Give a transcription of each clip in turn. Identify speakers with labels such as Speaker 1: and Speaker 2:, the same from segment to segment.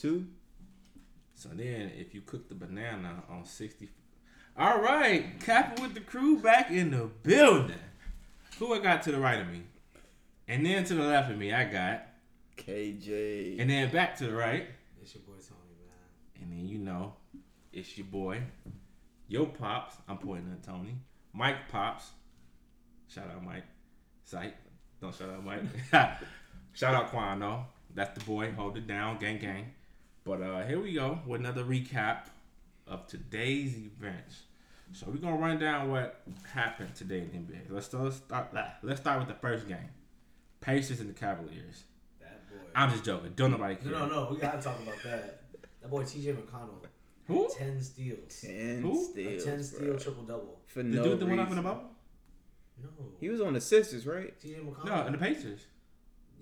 Speaker 1: Two.
Speaker 2: So then, if you cook the banana on 60. All right, capping with the crew back in the building. Who I got to the right of me? And then to the left of me, I got.
Speaker 1: KJ.
Speaker 2: And then back to the right.
Speaker 3: It's your boy Tony, man.
Speaker 2: And then, you know, it's your boy, Yo Pops. I'm pointing at Tony. Mike Pops. Shout out Mike. Sight. Don't shout out Mike. shout out Quano. That's the boy. Hold it down. Gang, gang. But uh here we go with another recap of today's events. So we're gonna run down what happened today in the NBA. Let's start, let's start let's start with the first game. Pacers and the Cavaliers.
Speaker 3: That boy.
Speaker 2: I'm just joking. Don't nobody care.
Speaker 3: No, no, no. We gotta talk about that. That boy TJ McConnell.
Speaker 2: Who?
Speaker 3: Ten steals.
Speaker 1: Ten
Speaker 2: Who?
Speaker 3: A
Speaker 1: steals.
Speaker 3: ten steal
Speaker 1: bro.
Speaker 3: triple double.
Speaker 1: For
Speaker 2: The
Speaker 1: no
Speaker 2: dude that went up in
Speaker 1: reason.
Speaker 2: the bubble?
Speaker 3: No.
Speaker 1: He was on the sisters, right?
Speaker 3: TJ McConnell.
Speaker 2: No, in the Pacers.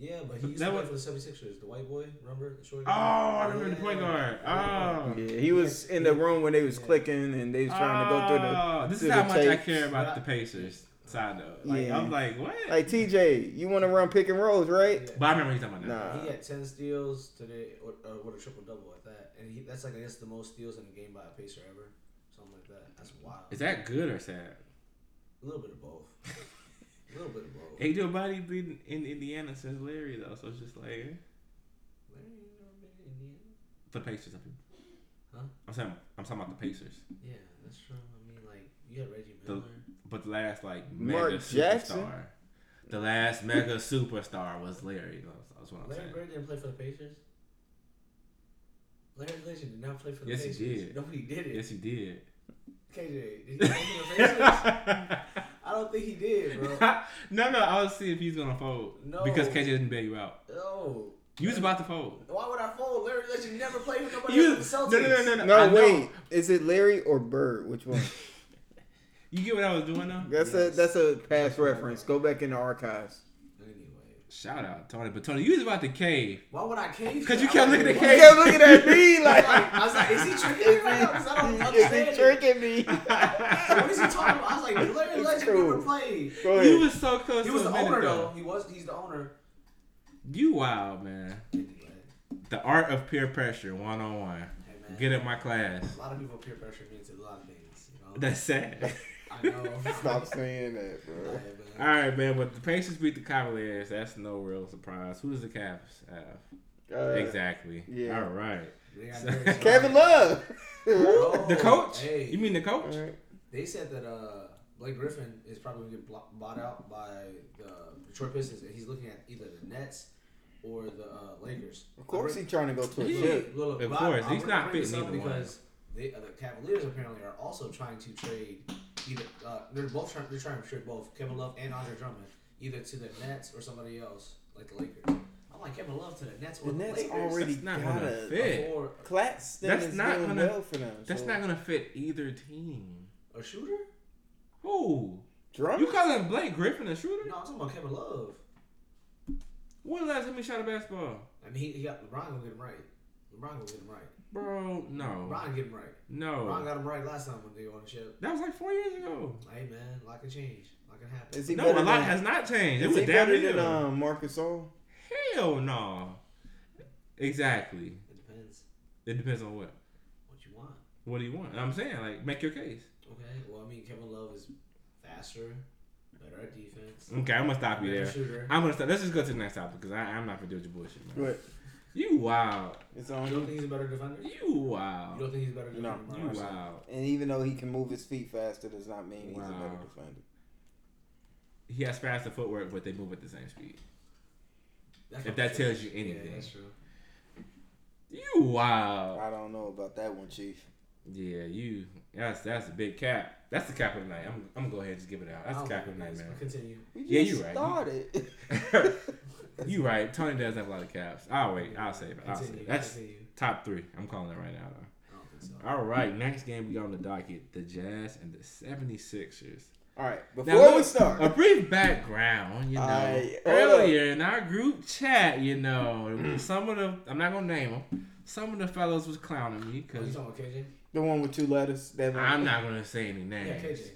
Speaker 3: Yeah, but
Speaker 2: But
Speaker 3: he used
Speaker 2: that
Speaker 3: to play
Speaker 2: was-
Speaker 3: for the 76ers. The white boy, remember? The short
Speaker 2: Oh, I remember the point
Speaker 3: Yeah.
Speaker 2: guard. Oh.
Speaker 1: Yeah, he was in the room when they was clicking and they was trying to go through the.
Speaker 2: Oh, this
Speaker 1: through
Speaker 2: is how
Speaker 1: the
Speaker 2: much I
Speaker 1: tapes.
Speaker 2: care about the Pacers side up. Like
Speaker 1: Yeah.
Speaker 2: I'm like, what?
Speaker 1: Like TJ, you want to run pick and rolls, right?
Speaker 3: Yeah.
Speaker 2: but I remember he's talking about that.
Speaker 1: Nah.
Speaker 3: He had ten steals today, or, uh, with a triple double at that, and he, that's like I guess the most steals in a game by a pacer ever, something like that. That's wild.
Speaker 2: Is that good or sad?
Speaker 3: a little bit of both. a little bit of both.
Speaker 2: Ain't nobody been in Indiana since Larry though, so it's just like eh.
Speaker 3: Larry, you know, been in Indiana?
Speaker 2: for the Pacers. I mean.
Speaker 3: Huh?
Speaker 2: I'm saying I'm talking about the Pacers,
Speaker 3: Yeah, that's true. I mean, like you had Reggie
Speaker 2: The-
Speaker 3: Miller.
Speaker 2: but the last like mega
Speaker 1: Mark
Speaker 2: superstar,
Speaker 1: Jackson?
Speaker 2: the last mega superstar was Larry. That's, that's what I'm
Speaker 3: Larry
Speaker 2: saying.
Speaker 3: Bird didn't play for the Pacers. Larry Legend did not play for the
Speaker 2: Yes, he
Speaker 3: Pacers.
Speaker 2: did.
Speaker 3: No, he didn't.
Speaker 2: Yes, he did.
Speaker 3: KJ, did he play for the Pacers? I don't think he did, bro.
Speaker 2: no, no, I was seeing if he's gonna fold
Speaker 3: No.
Speaker 2: because KJ didn't bail you out.
Speaker 3: No.
Speaker 2: You was about to fold.
Speaker 3: Why would I fold? Larry Legend never played with nobody
Speaker 2: You,
Speaker 3: else
Speaker 2: no,
Speaker 3: but
Speaker 2: no,
Speaker 3: the Celtics.
Speaker 2: no, no, no.
Speaker 1: No,
Speaker 2: I know.
Speaker 1: wait. Is it Larry or Bird? Which one?
Speaker 2: You get what I was doing though.
Speaker 1: That's a that's a past reference. Go back in the archives.
Speaker 3: Anyway,
Speaker 2: Shout out Tony, but Tony, you was about to cave.
Speaker 3: why would I cave?
Speaker 2: 'Cause you
Speaker 3: I
Speaker 2: kept
Speaker 3: was
Speaker 2: looking at
Speaker 3: like,
Speaker 1: You
Speaker 2: Hey.
Speaker 1: kept looking at me
Speaker 3: Like,
Speaker 1: like,
Speaker 3: I was like, is he tricking me right now? 'Cause I don't
Speaker 1: is he
Speaker 3: understand.
Speaker 1: tricking me?
Speaker 3: it. What is he talking about? I was like, Larry
Speaker 1: It's
Speaker 3: Legend
Speaker 1: true.
Speaker 3: never played.
Speaker 1: Go
Speaker 2: You
Speaker 1: ahead.
Speaker 2: was so close.
Speaker 3: He
Speaker 2: to
Speaker 3: was
Speaker 2: a
Speaker 3: the
Speaker 2: minute,
Speaker 3: owner though. He was. He's the owner.
Speaker 2: You wild man.
Speaker 3: Anyway,
Speaker 2: The art of peer pressure, one on one.
Speaker 3: hey man.
Speaker 2: Get in my class.
Speaker 3: A lot of people peer pressure me into a lot of things. You know.
Speaker 2: That's sad.
Speaker 3: I know. uh,
Speaker 1: Stop saying that,
Speaker 3: Hey,
Speaker 1: bro.
Speaker 3: man.
Speaker 2: All right, man. But the Pacers beat the Cavaliers. That's no real surprise. Who does the Cavs have?
Speaker 1: Uh,
Speaker 2: exactly.
Speaker 1: yeah.
Speaker 2: All right.
Speaker 3: They got
Speaker 2: So-
Speaker 3: very-
Speaker 1: Kevin Love.
Speaker 3: Oh,
Speaker 2: The coach?
Speaker 3: hey.
Speaker 2: You mean the coach?
Speaker 3: They said that uh, Blake Griffin is probably going to get blo- bought out by the Detroit Pistons, and he's looking at either the Nets or the uh, Lakers.
Speaker 1: Of course, he trying to go to a
Speaker 2: Yeah.
Speaker 1: chip.
Speaker 3: Look, look,
Speaker 2: Of
Speaker 3: but
Speaker 2: course,
Speaker 3: I'm
Speaker 2: he's
Speaker 3: gonna
Speaker 2: not
Speaker 3: bring this
Speaker 2: fitting
Speaker 3: up
Speaker 2: either one.
Speaker 3: because they, uh, the Cavaliers apparently are also trying to trade either. Uh, they're both trying. They're trying to trade both Kevin Love and Andre Drummond either to the Nets or somebody else like the Lakers. I'm like Kevin Love to the Nets
Speaker 1: The
Speaker 3: or the,
Speaker 1: Nets
Speaker 3: Lakers.
Speaker 1: already
Speaker 2: That's not
Speaker 1: got
Speaker 2: gonna
Speaker 1: a.
Speaker 2: fit.
Speaker 3: Or
Speaker 1: Clatston
Speaker 2: That's
Speaker 1: is
Speaker 2: not
Speaker 1: doing
Speaker 2: gonna-
Speaker 1: well for them.
Speaker 2: That's
Speaker 1: so-
Speaker 2: not gonna fit either team.
Speaker 3: a shooter?
Speaker 2: Who?
Speaker 1: Drummond?
Speaker 2: You calling Blake Griffin a shooter?
Speaker 3: No, I'm talking about Kevin Love.
Speaker 2: When the last time he shot a basketball?
Speaker 3: I mean, he, he got LeBron gonna get him right. LeBron gonna get him right.
Speaker 2: Bro, no,
Speaker 3: LeBron get him right. LeBron
Speaker 2: no.
Speaker 3: got him right last time when they were on the ship.
Speaker 2: That was like four years ago.
Speaker 3: Hey man, a lot can change. A lot can happen.
Speaker 1: Is he
Speaker 2: No,
Speaker 1: better
Speaker 2: a lot
Speaker 1: than,
Speaker 2: has not changed. It
Speaker 1: is
Speaker 2: was
Speaker 1: he
Speaker 2: damn
Speaker 1: better
Speaker 2: near.
Speaker 1: than um, Marcus All?
Speaker 2: Hell no. Exactly.
Speaker 3: It depends
Speaker 2: It depends on what.
Speaker 3: what you want.
Speaker 2: What do you want? And I'm saying, like, make your case.
Speaker 3: Okay. Well, I mean, Kevin Love is faster, better at defense,
Speaker 2: Okay, I'm gonna stop you
Speaker 3: better
Speaker 2: there.
Speaker 3: shooter.
Speaker 2: I'm gonna stop. Let's just go to the next topic because I'm not gonna do your bullshit, man.
Speaker 1: What?
Speaker 2: You wild.
Speaker 1: It's
Speaker 3: You
Speaker 1: on
Speaker 3: don't
Speaker 1: him.
Speaker 3: think he's a better defender? You
Speaker 2: You wild.
Speaker 3: don't think he's a better
Speaker 1: No.
Speaker 3: defender? than
Speaker 2: You
Speaker 3: LeBron?
Speaker 2: wild.
Speaker 1: And even though he can move his feet faster, does not mean he's a better
Speaker 2: Wow.
Speaker 1: defender.
Speaker 2: He has faster footwork, but they move at the same speed.
Speaker 3: That's
Speaker 2: If
Speaker 3: what
Speaker 2: that
Speaker 3: I'm
Speaker 2: tells
Speaker 3: saying.
Speaker 2: you
Speaker 3: Yeah,
Speaker 2: anything.
Speaker 3: that's true.
Speaker 2: You wild.
Speaker 1: I don't know about that one, Chief.
Speaker 2: Yeah, you. That's that's a big cap. That's the cap of the night. I'm, I'm gonna go ahead and just give it out. That's
Speaker 3: I
Speaker 2: the
Speaker 3: don't
Speaker 2: cap of
Speaker 3: think
Speaker 2: the night,
Speaker 3: it is,
Speaker 2: man.
Speaker 3: but Continue.
Speaker 1: We
Speaker 2: Yeah,
Speaker 1: just
Speaker 2: you right.
Speaker 1: started.
Speaker 2: You right. Tony does have a lot of caps. I'll wait. I'll save it. I'll save
Speaker 3: Continue.
Speaker 2: it. That's
Speaker 3: Continue.
Speaker 2: top three. I'm calling it right now. Though.
Speaker 3: I don't think so.
Speaker 2: All right. Next game we got on the docket: the Jazz and the 76ers.
Speaker 1: All right,
Speaker 2: Now,
Speaker 1: before we
Speaker 2: look,
Speaker 1: start,
Speaker 2: a brief background. You know,
Speaker 1: Aight, hold
Speaker 2: earlier in our group chat, you know, some of the I'm not gonna name them. Some of the fellows was clowning me
Speaker 3: Oh, you
Speaker 2: because
Speaker 3: talking about KJ?
Speaker 1: the one with two letters. That one.
Speaker 2: I'm not gonna say any
Speaker 3: Yeah,
Speaker 2: names.
Speaker 3: KJ.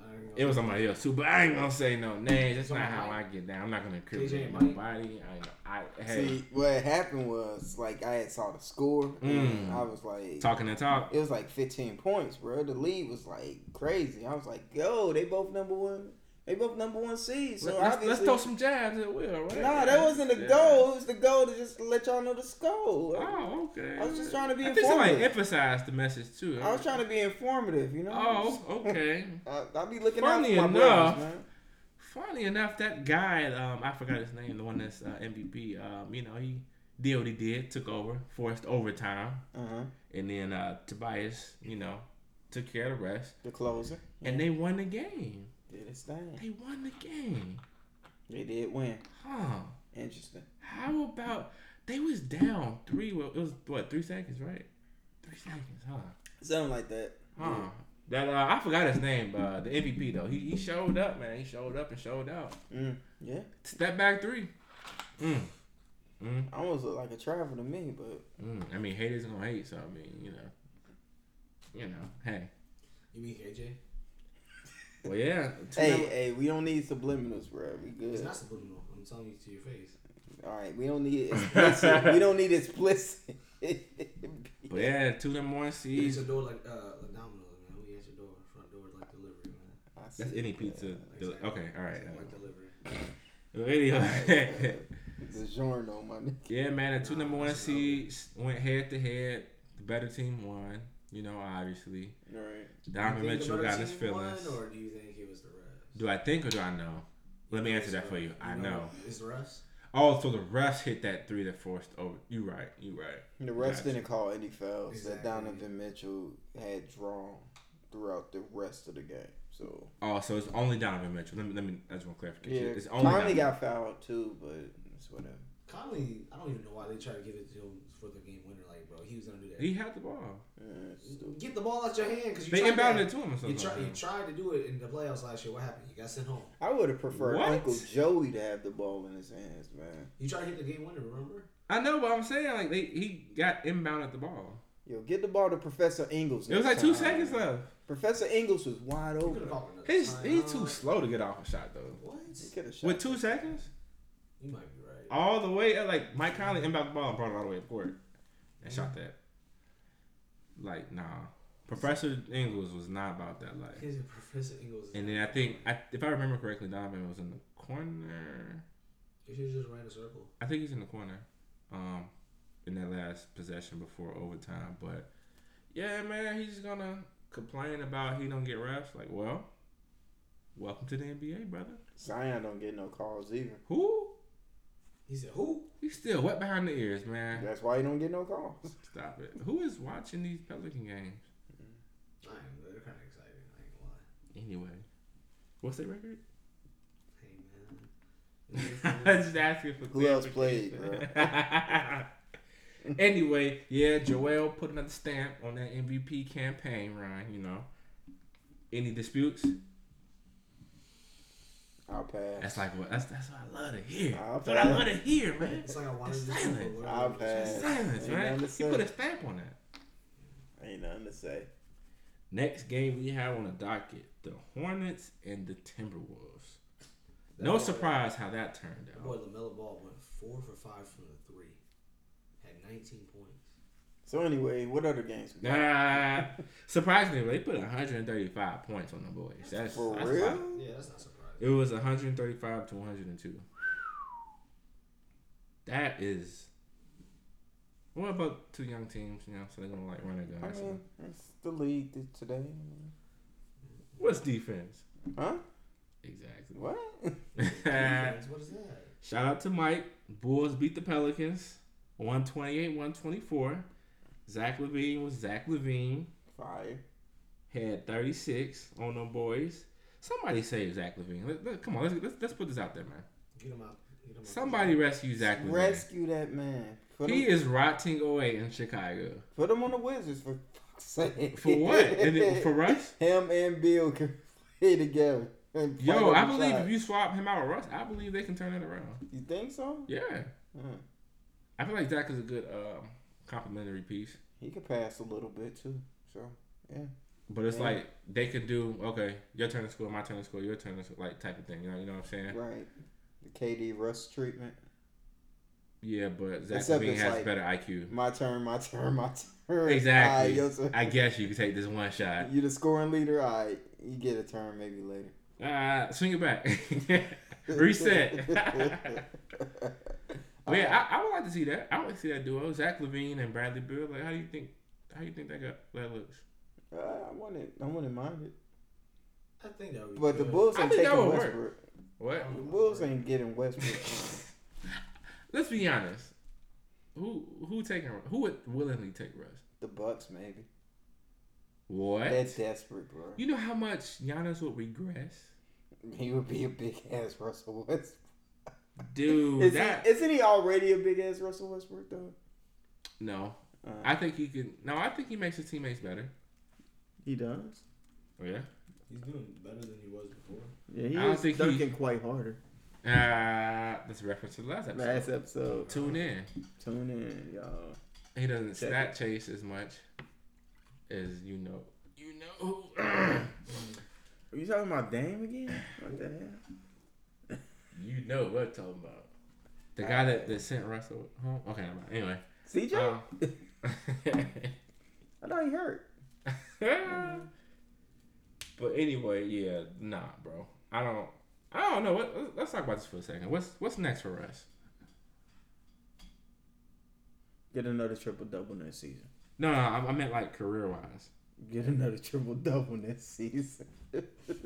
Speaker 3: I don't know.
Speaker 2: It was somebody else too, but I ain't gonna say no names. That's not
Speaker 3: Somebody
Speaker 2: how I
Speaker 3: Mike.
Speaker 2: get down. I'm not gonna
Speaker 3: TJ
Speaker 2: incriminate
Speaker 3: Mike.
Speaker 2: nobody. I, ain't- I hey,
Speaker 4: See, what happened was like I had saw the score, and
Speaker 1: Hmm.
Speaker 2: Mm.
Speaker 4: I was like,
Speaker 2: talking and talk.
Speaker 4: it was like 15 points, bro. The lead was like crazy. I was like, yo, they both number one. They both number one seeds. So
Speaker 2: let's, let's
Speaker 4: obviously,
Speaker 2: throw some jabs at Will, right?
Speaker 4: Nah, that wasn't the
Speaker 2: Yeah.
Speaker 4: goal. It was the goal to just let y'all know the score.
Speaker 2: Oh, okay.
Speaker 4: I was just trying to be
Speaker 2: I think somebody
Speaker 4: informative.
Speaker 2: emphasized the message too.
Speaker 4: I was trying to be informative, you know.
Speaker 2: Oh, okay.
Speaker 4: I, I'll be looking
Speaker 2: Funny
Speaker 4: out for my
Speaker 2: enough-
Speaker 4: brothers, man.
Speaker 2: Funny enough, that guy, um, I forgot his name, the one that's uh, MVP, um, you know, he did what he did, took over, forced overtime,
Speaker 4: Uh-huh.
Speaker 2: and then uh, Tobias, you know, took care of the rest,
Speaker 4: The closer
Speaker 2: and they won the game.
Speaker 4: did his thing.
Speaker 2: They won the game,
Speaker 4: They did win.
Speaker 2: huh?
Speaker 4: Interesting.
Speaker 2: How about they was down three? Well, it was what three seconds, right? Three seconds, huh?
Speaker 4: Something like that.
Speaker 2: Huh. That uh, I forgot his name, uh, the MVP though. He, he showed up, man. He showed up and showed out.
Speaker 4: Mm. Yeah.
Speaker 2: Step back three. Mm. Mm.
Speaker 4: Almost looked like a travel to me, but
Speaker 2: Mm. I mean, haters gonna hate, so I mean, you know, you know, hey,
Speaker 3: You mean KJ?
Speaker 2: well, yeah. two
Speaker 4: hey,
Speaker 2: number-
Speaker 4: hey, we don't need subliminals, bro. We
Speaker 3: It's
Speaker 4: good.
Speaker 3: not subliminal. I'm telling you to your face.
Speaker 4: All right, we don't need explicit. we don't need explicit.
Speaker 2: but yeah, two number one
Speaker 3: You
Speaker 2: seeds.
Speaker 3: answer door like uh like Domino's, man. We answer door front door like delivery, man.
Speaker 4: I see.
Speaker 2: That's any pizza.
Speaker 3: Like
Speaker 2: Del-
Speaker 3: that.
Speaker 2: okay, uh, all right.
Speaker 3: Like delivery.
Speaker 2: Well, anyway.
Speaker 4: The journal, my nigga.
Speaker 2: Yeah, man, the two
Speaker 3: Nah,
Speaker 2: number one
Speaker 3: that's another.
Speaker 2: seeds went head to head. The better team won. You know, obviously.
Speaker 4: Right.
Speaker 2: Donovan
Speaker 3: You think
Speaker 2: Mitchell
Speaker 3: the
Speaker 2: got
Speaker 3: better
Speaker 2: his
Speaker 3: team
Speaker 2: feelings.
Speaker 3: Won, or do you think it was the refs?
Speaker 2: Do I think or do I know? Let me
Speaker 3: You
Speaker 2: answer
Speaker 3: it's
Speaker 2: that
Speaker 3: the
Speaker 2: for
Speaker 3: refs.
Speaker 2: you. I know.
Speaker 3: It's the refs.
Speaker 2: Oh, so the refs hit that three that forced over. You right. You right.
Speaker 4: The refs
Speaker 2: Gotcha.
Speaker 4: didn't call any fouls that
Speaker 3: Exactly.
Speaker 4: Donovan Mitchell had drawn throughout the rest of the game. So
Speaker 2: Oh, so it's only Donovan Mitchell. Let me. Let me. That's one clarification.
Speaker 4: yeah,
Speaker 2: It's only.
Speaker 4: Conley
Speaker 2: Donovan.
Speaker 4: got fouled too, but it's whatever.
Speaker 3: Conley, I don't even know why they try to give it to him for the game winner. Like, bro, he was gonna do that.
Speaker 2: He had the ball.
Speaker 4: Yeah, it's stupid.
Speaker 3: Get the ball out your hand because you
Speaker 2: They
Speaker 3: tried
Speaker 2: inbounded
Speaker 3: that.
Speaker 2: it to him or something.
Speaker 3: You, try,
Speaker 2: like
Speaker 3: you
Speaker 2: that.
Speaker 3: tried to do it in the playoffs last year. What happened? You got sent home.
Speaker 4: I would have preferred
Speaker 2: What?
Speaker 4: Uncle Joey to have the ball in his hands, man.
Speaker 3: You tried to hit the game winner. Remember?
Speaker 2: I know, but I'm saying like they, he got inbounded the ball.
Speaker 4: Yo, get the ball to Professor Ingles.
Speaker 2: It was like
Speaker 4: next
Speaker 2: two
Speaker 4: time.
Speaker 2: seconds left.
Speaker 4: Professor Ingles was wide
Speaker 3: You could
Speaker 4: open.
Speaker 3: have called another
Speaker 2: He's
Speaker 3: time.
Speaker 2: he's too slow to get off a shot though.
Speaker 3: What?
Speaker 4: He could have shot.
Speaker 2: With two seconds.
Speaker 3: You might be right.
Speaker 2: all the way, uh, like Mike Conley inbound the ball and brought it all the way up court and shot that. Like, nah, Professor Ingles was not about that life.
Speaker 3: He's a Professor Ingles.
Speaker 2: And then I think, I, if I remember correctly, Donovan was in the corner.
Speaker 3: you should just ran a circle.
Speaker 2: I think he's in the corner, um, in that last possession before overtime. But yeah, man, he's gonna complain about he don't get refs. Like, well, welcome to the NBA, brother.
Speaker 4: Zion don't get no calls either.
Speaker 2: Who?
Speaker 3: He said, "Who?"
Speaker 2: He's still wet behind the ears, man.
Speaker 4: That's why he don't get no calls.
Speaker 2: Stop it. Who is watching these Pelican games?
Speaker 3: I am. They're kind of excited. I ain't gonna lie.
Speaker 2: Anyway, what's their record?
Speaker 3: Hey man. It's
Speaker 2: I
Speaker 3: different.
Speaker 2: was just asking for
Speaker 4: Who else played,
Speaker 2: clarification. anyway, yeah, Joel put another stamp on that MVP campaign, Ryan. You know, any disputes?
Speaker 4: I'll pass.
Speaker 2: That's like what that's that's what I love to hear.
Speaker 4: I'll
Speaker 2: That's what I
Speaker 4: pass.
Speaker 2: love to hear, man.
Speaker 3: it's like I wanted
Speaker 2: It's
Speaker 3: to.
Speaker 2: silent.
Speaker 4: I'll pass.
Speaker 2: Silence,
Speaker 4: Ain't
Speaker 2: right?
Speaker 4: nothing to
Speaker 2: He put
Speaker 4: say.
Speaker 2: a stamp on that.
Speaker 4: Ain't nothing to say.
Speaker 2: Next game we have on the docket: the Hornets and the Timberwolves. No surprise how that turned
Speaker 3: That boy
Speaker 2: out.
Speaker 3: Lamelo Ball went four for five from the three, had 19 points.
Speaker 4: So anyway, what other games? We got?
Speaker 2: Nah, surprisingly, they put 135 points on the boys. That's
Speaker 4: For
Speaker 2: that's
Speaker 4: real?
Speaker 2: a lot.
Speaker 3: Yeah, that's not surprising.
Speaker 2: It was 135 to 102. That is. What about two young teams? You know, so they're gonna like run and go.
Speaker 4: I
Speaker 2: have some-
Speaker 4: mean, it's the league th- today.
Speaker 2: What's defense?
Speaker 4: Huh?
Speaker 2: Exactly.
Speaker 4: What?
Speaker 3: Defense, what is that?
Speaker 2: Shout out to Mike. Bulls beat the Pelicans, 128-124. Zach Levine was Zach Levine.
Speaker 4: Fire.
Speaker 2: had 36 on them boys. Somebody save Zach Levine. Let- let- come on, let's, let's, let's put this out there, man.
Speaker 3: Get him out. Get him out.
Speaker 2: Somebody rescue Zach Levine.
Speaker 4: Rescue that man. Put
Speaker 2: he
Speaker 4: him,
Speaker 2: is rotting away in Chicago.
Speaker 4: put him on the Wizards for fuck's sake.
Speaker 2: For what? And it- for Russ?
Speaker 4: Him and Bill can play together. and fight
Speaker 2: Yo,
Speaker 4: over
Speaker 2: I believe
Speaker 4: shots.
Speaker 2: if you swap him out with Russ, I believe they can turn it around.
Speaker 4: You think so?
Speaker 2: Yeah.
Speaker 4: Hmm.
Speaker 2: I feel like Zach is a good um, complimentary piece.
Speaker 4: He could pass a little bit too. So
Speaker 2: But it's
Speaker 4: Yeah.
Speaker 2: like they could do okay, your turn to score, my turn to score, your turn to score, like type of thing. You know, you know what I'm saying?
Speaker 4: Right. The KD Russ treatment.
Speaker 2: Yeah, but Zach
Speaker 4: Except
Speaker 2: Levine
Speaker 4: it's
Speaker 2: has
Speaker 4: like-
Speaker 2: better IQ.
Speaker 4: My turn, my turn, my turn. Aight, Ah,
Speaker 2: Exactly.
Speaker 4: yo, sir.
Speaker 2: I guess you could take this one shot.
Speaker 4: you the scoring leader. All right, you get a turn maybe later.
Speaker 2: Uh, swing it back, reset. but yeah, I, I would like to see that. I would like to see that duo, Zach Levine and Bradley Beal. Like, how do you think? How do you think that got that looks?
Speaker 4: I, Uh, I wouldn't. I wouldn't mind it.
Speaker 3: I think that would be
Speaker 4: But the
Speaker 3: good.
Speaker 4: Bulls
Speaker 2: I
Speaker 4: ain't
Speaker 2: think
Speaker 4: taking
Speaker 2: that would work.
Speaker 4: Westbrook.
Speaker 2: What?
Speaker 4: The Bulls ain't getting Westbrook.
Speaker 2: Let's be honest. Who who taking who would willingly take Russ?
Speaker 4: the Bucks maybe.
Speaker 2: What?
Speaker 4: That's desperate, bro.
Speaker 2: you know how much Giannis would regress,
Speaker 4: He would be a big ass Russell Westbrook.
Speaker 2: dude.
Speaker 4: Is
Speaker 2: that
Speaker 4: he, isn't he already a big ass Russell Westbrook though?
Speaker 2: no.
Speaker 4: Uh.
Speaker 2: I think he can. No, I think he makes his teammates better.
Speaker 1: He does.
Speaker 2: Oh, yeah.
Speaker 3: He's doing better than he was before.
Speaker 1: Yeah, he
Speaker 2: I don't
Speaker 1: was
Speaker 2: think he-
Speaker 1: dunking quite harder.
Speaker 2: Uh, that's a reference to the last episode.
Speaker 1: Last episode.
Speaker 2: Tune in.
Speaker 1: Tune in, y'all.
Speaker 2: He doesn't
Speaker 1: Check
Speaker 2: stat chase as much as you know. You know.
Speaker 1: Are you talking about Dame again? What the hell?
Speaker 2: you know what I'm talking about. The guy that, that sent Russell home. Okay, never mind. Anyway.
Speaker 1: CJ?
Speaker 2: Um,
Speaker 1: I thought he hurt.
Speaker 2: Um, but anyway, yeah, nah, bro. I don't. I don't know. What, let's- let's talk about this for a second. What's what's next for us?
Speaker 1: Get another triple double next season.
Speaker 2: No, no, I, I meant like career wise.
Speaker 1: Get another triple double next season.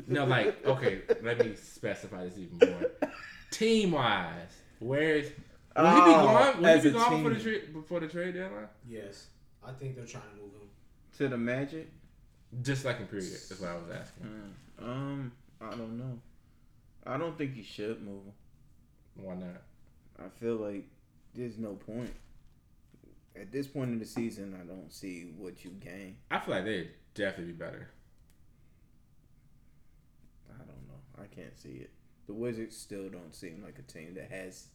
Speaker 2: No, like okay, let me specify this even more. Team wise, where's will he be
Speaker 1: Oh,
Speaker 2: gone? Will
Speaker 1: as
Speaker 2: he
Speaker 1: a
Speaker 2: be gone for the
Speaker 1: team.
Speaker 2: trade before the trade deadline?
Speaker 3: Yes, I think they're trying to move him.
Speaker 1: to the Magic?
Speaker 2: Just like in period is what I was asking.
Speaker 1: Um, I don't know. I don't think he should move him.
Speaker 2: Why not?
Speaker 1: I feel like there's no point. At this point in the season, I don't see what you gain.
Speaker 2: I feel like they'd definitely be better.
Speaker 1: I don't know. I can't see it. The Wizards still don't seem like a team that has.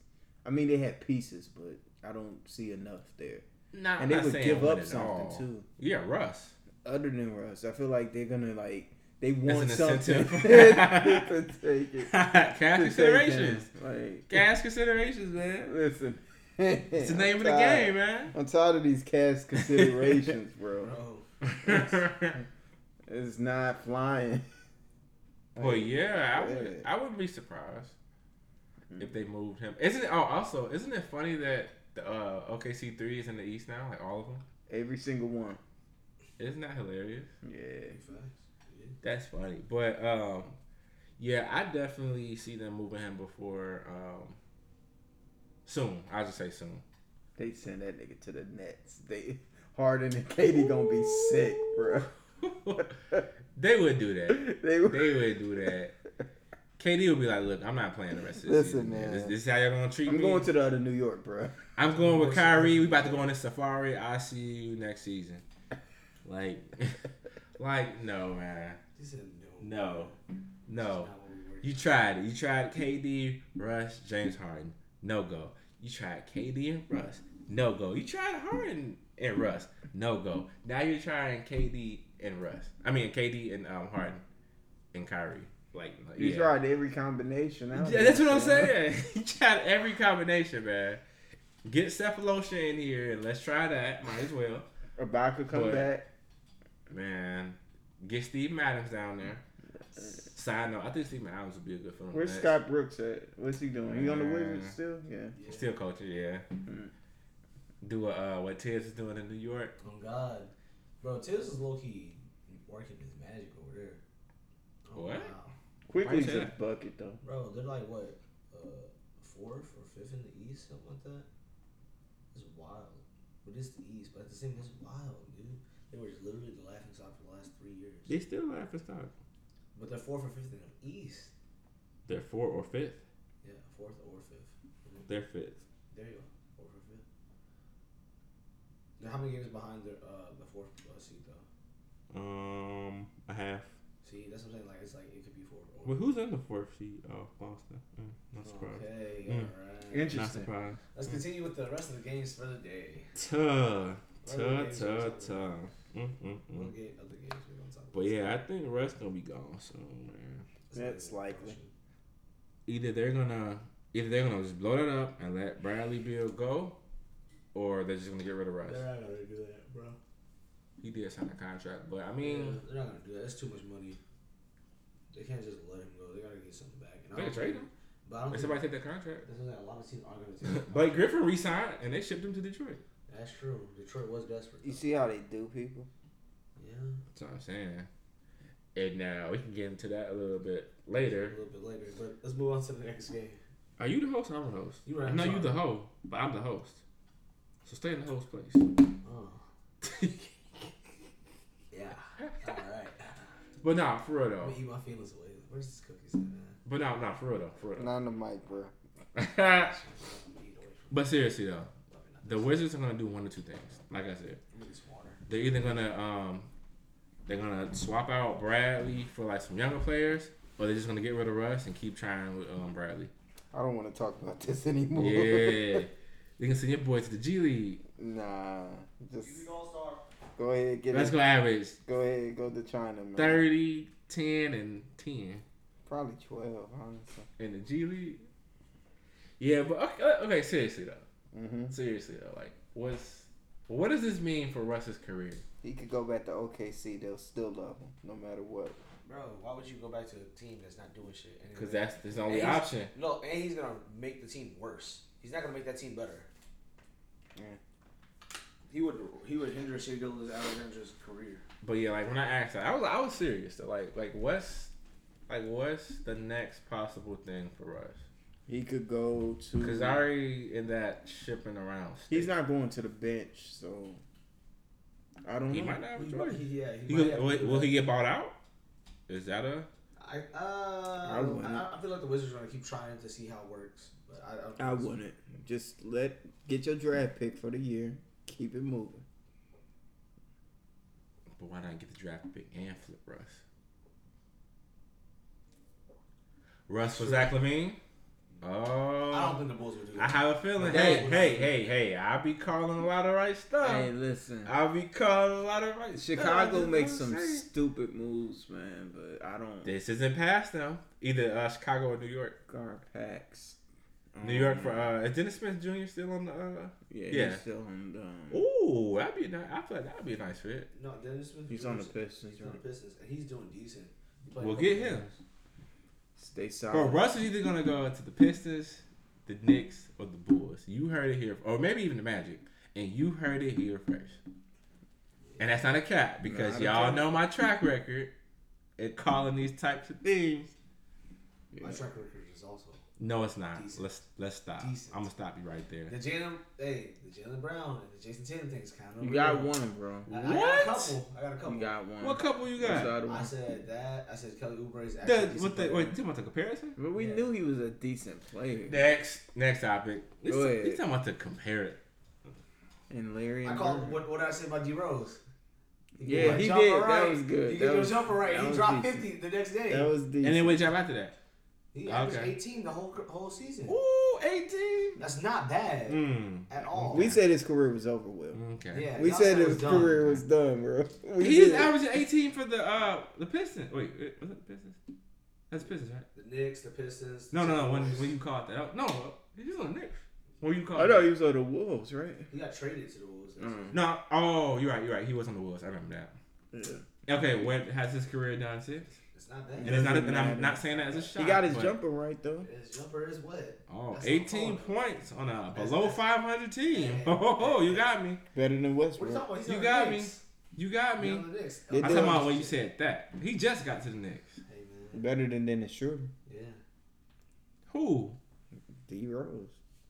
Speaker 1: I mean, they had pieces, but I don't see enough there.
Speaker 2: Nah,
Speaker 1: And they would give up something too.
Speaker 2: Yeah, Russ.
Speaker 1: Other than Russ, I feel like they're gonna like they want
Speaker 2: an
Speaker 1: something
Speaker 2: incentive.
Speaker 1: to take it. To
Speaker 2: Cash
Speaker 1: take
Speaker 2: considerations.
Speaker 1: them. Like,
Speaker 2: Cash considerations, man.
Speaker 1: listen,
Speaker 2: It's the name of the game, man.
Speaker 4: I'm tired of these cash considerations, bro.
Speaker 3: Bro,
Speaker 1: It's not flying.
Speaker 2: well, yeah, I would.
Speaker 1: Yeah.
Speaker 2: I wouldn't be surprised if they moved him. Isn't it? Oh, also, isn't it funny that the uh, OKC three is in the East now? Like all of them.
Speaker 1: Every single one.
Speaker 2: Isn't that hilarious?
Speaker 1: Yeah.
Speaker 3: big facts. Yeah.
Speaker 2: That's funny. But um, yeah, I definitely see them moving him before um, soon. I'll just say soon.
Speaker 1: They send that nigga to the Nets. They Harden and Katie gonna be sick, bro.
Speaker 2: they would do that.
Speaker 1: they were
Speaker 2: They would do that. KD would be like, "Look, I'm not playing the rest of this
Speaker 4: Listen,
Speaker 2: season, man.
Speaker 4: man.
Speaker 2: This, this is how y'all gonna treat
Speaker 1: I'm
Speaker 2: me.
Speaker 1: going to the other New York, bro.
Speaker 2: I'm going with Kyrie. We about to go on a safari. I see you next season. Like, like no, man,
Speaker 3: He said no.
Speaker 2: no, no.
Speaker 3: That's not what we were-
Speaker 2: You tried it. You tried KD, Russ, James Harden. No go. You tried KD and Russ. No go. You tried Harden and Russ. No go. Now you're trying KD and Russ. I mean KD and um, Harden and Kyrie. Like
Speaker 1: You
Speaker 2: yeah.
Speaker 1: tried every combination. I don't
Speaker 2: Yeah, that's what I'm
Speaker 1: understand.
Speaker 2: saying. you tried every combination, man. Get Cephalosha in here and let's try that. Might as well,
Speaker 1: Ibaka come
Speaker 2: But-
Speaker 1: back.
Speaker 2: man. Get Steve Adams down there. Side note, I think Steve Adams would be a good film.
Speaker 1: Where's Scott Brooks at? What's he doing? He on the
Speaker 2: Uh,
Speaker 1: Wizards still? Yeah.
Speaker 3: Yeah.
Speaker 2: Still culture, yeah.
Speaker 1: Mhm.
Speaker 2: Do uh, what Tibbs is doing in New York.
Speaker 3: Oh God, bro, Tibbs is low key working his magic over there. Oh,
Speaker 2: What?
Speaker 3: wow.
Speaker 1: Quickly's
Speaker 2: say
Speaker 1: a
Speaker 2: that?
Speaker 1: bucket though.
Speaker 3: Bro, they're like what, uh, fourth or fifth in the East, something like that. It's wild. But it's the East, but at the same time, it's wild, dude. They were literally the laughing stock for the last three years.
Speaker 2: They still laughing stock.
Speaker 3: But they're fourth or fifth in the East.
Speaker 2: They're fourth or fifth.
Speaker 3: Yeah, fourth or fifth.
Speaker 2: They're fifth.
Speaker 3: There you go, fourth or fifth. Now, how many games behind the uh, the fourth uh, seed though?
Speaker 2: Um, a half.
Speaker 3: See, that's what I'm saying. Like it's like it could be four.
Speaker 2: Well, who's in the fourth seed? Oh, Boston. Mm, not surprised.
Speaker 3: Oh, Okay,
Speaker 2: Mm.
Speaker 3: alright.
Speaker 2: Not
Speaker 1: Interesting.
Speaker 2: surprised.
Speaker 3: Let's continue with the rest of the games for the day.
Speaker 2: Tuh,
Speaker 3: Where are
Speaker 2: tuh,
Speaker 3: the games
Speaker 2: tuh,
Speaker 3: at?
Speaker 2: tuh. Mm, mm,
Speaker 3: We'll
Speaker 2: mm.
Speaker 3: get other games we're gonna talk about.
Speaker 2: But yeah, I think the rest gonna be gone soon, man.
Speaker 1: That's likely.
Speaker 2: Either they're gonna either they're gonna just blow that up and let Bradley Bill go, or they're just gonna get rid of Russ.
Speaker 3: They're not gonna do that, bro.
Speaker 2: He did sign a contract, but I mean,
Speaker 3: they're not gonna do that. That's too much money. They can't just let him go. They gotta get something back. And I
Speaker 2: they can
Speaker 3: don't
Speaker 2: trade
Speaker 3: think-
Speaker 2: him.
Speaker 3: But I don't
Speaker 2: If
Speaker 3: think
Speaker 2: somebody take that contract.
Speaker 3: that's something a lot of teams aren't gonna take. him.
Speaker 2: Blake Griffin resigned and they shipped him to Detroit.
Speaker 3: That's true. Detroit was desperate.
Speaker 4: You
Speaker 3: though.
Speaker 4: see how they do people.
Speaker 3: Yeah,
Speaker 2: That's what I'm saying. And now we can get into that a little bit
Speaker 3: a
Speaker 2: later.
Speaker 3: little bit later. But let's move on to the next game.
Speaker 2: Are you the host? I'm the host.
Speaker 3: You right,
Speaker 2: I know
Speaker 3: I'm
Speaker 2: you the
Speaker 3: sorry.
Speaker 2: hoe, but I'm the host. So stay in the host place.
Speaker 3: Oh, yeah. All right.
Speaker 2: but nah, for real
Speaker 3: Let
Speaker 2: though.
Speaker 3: me eat my feelings away. Where's this cookies at, man?
Speaker 2: But nah, nah, for real though. For real
Speaker 4: Not on the mic, bro.
Speaker 2: though.
Speaker 3: I'm gonna eat away from
Speaker 2: but seriously though,
Speaker 3: Let me not-
Speaker 2: the Wizards are gonna do one or two things. Like I said,
Speaker 3: Let me get some water.
Speaker 2: they're either gonna um, they're gonna swap out Bradley for like some younger players, or they're just gonna get rid of Russ and keep trying with um Bradley.
Speaker 4: I don't want to talk about this anymore.
Speaker 2: Yeah. You can send your boy to the G League.
Speaker 4: nah. Just go ahead, get
Speaker 2: Let's
Speaker 4: it.
Speaker 2: go average
Speaker 4: Go ahead, go to China, man.
Speaker 2: 30, 10, and 10
Speaker 4: Probably twelve, honestly.
Speaker 2: in the G League. Yeah, but okay, uh, okay, seriously though.
Speaker 4: Mm-hmm.
Speaker 2: Seriously though. Like, what's. What does this mean for Russ's career?
Speaker 4: He could go back to OKC. They'll still love him, no matter what.
Speaker 3: Bro, why would you go back to a team that's not doing shit? And
Speaker 2: Because that's his only
Speaker 3: And he's-
Speaker 2: option.
Speaker 3: no, and he's gonna make the team worse. He's not gonna make that team better.
Speaker 4: Yeah.
Speaker 3: He would he would hinder Shadola's Alexander's career.
Speaker 2: But yeah, like when I asked that, I was I was serious though. Like like what's like what's the next possible thing for Russ?
Speaker 1: He could go to.
Speaker 2: Because already in that shipping around.
Speaker 1: he's
Speaker 2: state.
Speaker 1: not going to the bench, so I don't.
Speaker 2: He
Speaker 1: know.
Speaker 2: might not have a
Speaker 3: He
Speaker 2: choice.
Speaker 3: might, he, yeah, he
Speaker 2: He
Speaker 3: might
Speaker 2: could-
Speaker 3: have
Speaker 2: will,
Speaker 3: to do
Speaker 2: will
Speaker 3: that.
Speaker 2: he get bought out? Is that a
Speaker 3: I, uh,
Speaker 1: I
Speaker 3: I,
Speaker 1: wouldn't.
Speaker 3: I, I feel like the Wizards are gonna keep trying to see how it works, but I, I, don't think
Speaker 1: I
Speaker 3: it's-
Speaker 1: wouldn't. Just let get your draft pick for the year. Keep it moving.
Speaker 2: But why not get the draft pick and flip Russ? Russ was Zach Levine. Oh,
Speaker 3: I don't
Speaker 2: I,
Speaker 3: think the Bulls would do that.
Speaker 2: have a feeling.
Speaker 3: No.
Speaker 2: Hey, hey, hey, hey! I be calling a lot of right stuff.
Speaker 1: listen.
Speaker 2: I be calling a lot of right. stuff.
Speaker 1: Chicago
Speaker 2: That's
Speaker 1: makes
Speaker 2: what I'm
Speaker 1: some
Speaker 2: saying.
Speaker 1: stupid moves, man, but I don't.
Speaker 2: This isn't past now. Either uh, Chicago or New York.
Speaker 1: Gar packs. Um,
Speaker 2: New York for uh, is Dennis Smith Jr. still on the? Uh,
Speaker 1: yeah,
Speaker 2: yeah. Oh.
Speaker 1: He's still on
Speaker 4: Mm.
Speaker 1: the. Um,
Speaker 2: ooh, that'd be a nice. I feel like that'd be a nice fit.
Speaker 3: no, Dennis Smith.
Speaker 1: he's on the Pistons.
Speaker 3: He's on the
Speaker 1: Right?
Speaker 3: Pistons, and he's doing decent. He played
Speaker 2: We'll
Speaker 3: a couple
Speaker 2: get him.
Speaker 3: games.
Speaker 1: Stay
Speaker 2: Bro,
Speaker 1: solid.
Speaker 2: Russ is either gonna go to the Pistons, the Knicks, or the Bulls. You heard it here, or maybe even the Magic, and you heard it here first. And that's not a cap because
Speaker 1: Not a
Speaker 2: y'all
Speaker 1: cap.
Speaker 2: know my track record at calling these types of things.
Speaker 1: Yeah.
Speaker 3: My track record is also
Speaker 2: No, it's not.
Speaker 3: Decent.
Speaker 2: Let's let's stop.
Speaker 3: Decent.
Speaker 2: I'm gonna stop you right there.
Speaker 3: the Jalen. Hey, the Jalen Brown and the Jason Tatum thing is kind of.
Speaker 1: You got one, bro.
Speaker 3: I, I got
Speaker 2: What?
Speaker 3: a couple. I got a couple.
Speaker 1: You got one.
Speaker 2: What couple you
Speaker 1: What's the
Speaker 2: got?
Speaker 1: other
Speaker 3: I
Speaker 1: one?
Speaker 3: said that. I said Kelly Oubre is actually.
Speaker 2: The,
Speaker 3: a decent
Speaker 2: with the
Speaker 3: player.
Speaker 2: wait, you talking about the comparison?
Speaker 1: But we
Speaker 3: Yeah.
Speaker 1: knew he was a decent player.
Speaker 2: Next, next topic. This,
Speaker 1: Go ahead.
Speaker 2: you talking about the compare it?
Speaker 1: And Larry.
Speaker 3: I
Speaker 1: And
Speaker 3: called.
Speaker 1: Bird.
Speaker 3: What, what did I say about D Rose?
Speaker 1: Yeah,
Speaker 3: threw a
Speaker 1: he
Speaker 3: jumper
Speaker 1: did. That was good.
Speaker 3: He
Speaker 1: That
Speaker 3: threw a
Speaker 1: was-
Speaker 3: jumper right.
Speaker 1: that
Speaker 3: He
Speaker 1: was
Speaker 3: dropped
Speaker 1: decent.
Speaker 3: fifty the next day.
Speaker 1: That was decent.
Speaker 2: And then what y'all after that?
Speaker 3: he averaged
Speaker 2: okay.
Speaker 3: eighteen the whole whole season.
Speaker 2: Ooh, eighteen.
Speaker 3: That's not bad
Speaker 2: Mm.
Speaker 3: at all.
Speaker 1: we said his career was over with.
Speaker 2: Okay.
Speaker 3: Yeah,
Speaker 1: We
Speaker 3: y'all
Speaker 1: said
Speaker 3: it
Speaker 1: his
Speaker 3: done.
Speaker 1: career was done, bro. We
Speaker 2: He's
Speaker 1: Oh, did.
Speaker 2: averaging 18 for the uh the Pistons. Wait, wait, was it the Pistons? That's Pistons, right?
Speaker 3: The Knicks, the Pistons. the
Speaker 2: No, no, no. When
Speaker 3: Timberwolves.
Speaker 2: when you caught that? Oh, no, he's on the Knicks. When you caught?
Speaker 1: I know he was on the Wolves, right?
Speaker 3: he got traded to the Wolves. that's
Speaker 1: Mm.
Speaker 2: No. Oh, you're right. You're right. He was on the Wolves. I remember that.
Speaker 1: Yeah.
Speaker 2: Okay, when has his career done since?
Speaker 3: it.
Speaker 1: Mm.
Speaker 3: It's not bad.
Speaker 2: And it's not.
Speaker 1: Doesn't
Speaker 2: And I'm
Speaker 1: matter.
Speaker 2: not saying that as a shot.
Speaker 1: He got his
Speaker 2: but-
Speaker 1: jumper right though.
Speaker 3: His jumper is wet.
Speaker 2: Oh,
Speaker 3: That's
Speaker 2: 18
Speaker 3: not
Speaker 2: points on a
Speaker 3: That's-
Speaker 2: below
Speaker 3: that's-
Speaker 2: 500 team.
Speaker 3: Yeah.
Speaker 2: Oh, ho, ho, you got me.
Speaker 1: Better than
Speaker 3: What are you
Speaker 1: Westbrook.
Speaker 3: talking about? He's
Speaker 2: You
Speaker 3: on
Speaker 2: got
Speaker 3: the
Speaker 2: me.
Speaker 3: Knicks.
Speaker 2: You got
Speaker 3: He's
Speaker 2: me.
Speaker 3: on the Knicks.
Speaker 1: They
Speaker 2: I
Speaker 1: do.
Speaker 2: talking about when you said that. He just got to the Knicks.
Speaker 3: Hey man.
Speaker 1: Better than Dennis Schroeder.
Speaker 3: Yeah.
Speaker 2: Who?
Speaker 1: D Rose.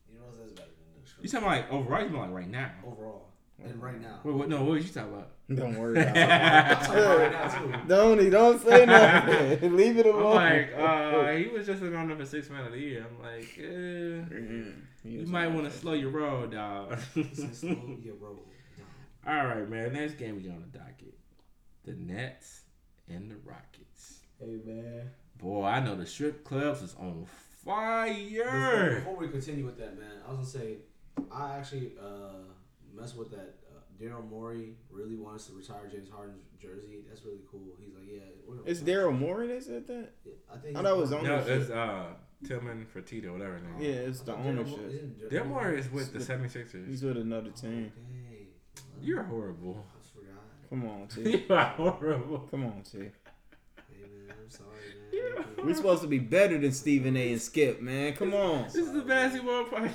Speaker 3: You know that's better than the Knicks.
Speaker 2: You talking about like overall? You talking about like right now?
Speaker 3: overall. And right now.
Speaker 2: Wait, what? No, what was you talking about?
Speaker 1: Don't worry about
Speaker 3: I'm talking about right now too.
Speaker 1: it. Don't don't say nothing. Leave it
Speaker 2: I'm
Speaker 4: Oh.
Speaker 1: alone.
Speaker 2: like, uh, he was just around number six man of the year. I'm like, eh, you might want to slow your roll, dog.
Speaker 3: He said, "Slow your roll down."
Speaker 2: All right, man. Next game we got on the docket: the Nets and the Rockets.
Speaker 3: Hey man.
Speaker 2: Boy, I know the strip clubs is on
Speaker 3: Before,
Speaker 2: fire.
Speaker 3: before we continue with that, man, I was gonna say I actually uh mess with that uh, Daryl Morey really wants to retire James Harden's jersey. That's really cool. He's like, yeah, we're gonna
Speaker 4: It's Daryl Morey that said that.
Speaker 3: I think
Speaker 4: I thought it was on-
Speaker 2: No, it's uh Tillman Fertitta, whatever. his name is.
Speaker 4: Yeah, it's the ownership.
Speaker 2: Daryl Morey is with the 76ers.
Speaker 4: He's with another team.
Speaker 2: You're horrible.
Speaker 3: I just forgot.
Speaker 4: Come on, T.
Speaker 2: you are horrible.
Speaker 4: Come on, T.
Speaker 3: Hey, man, I'm sorry,
Speaker 2: You're
Speaker 3: man.
Speaker 4: We're supposed to be better than Stephen A. and Skip, man. Come on.
Speaker 2: This is the basketball podcast.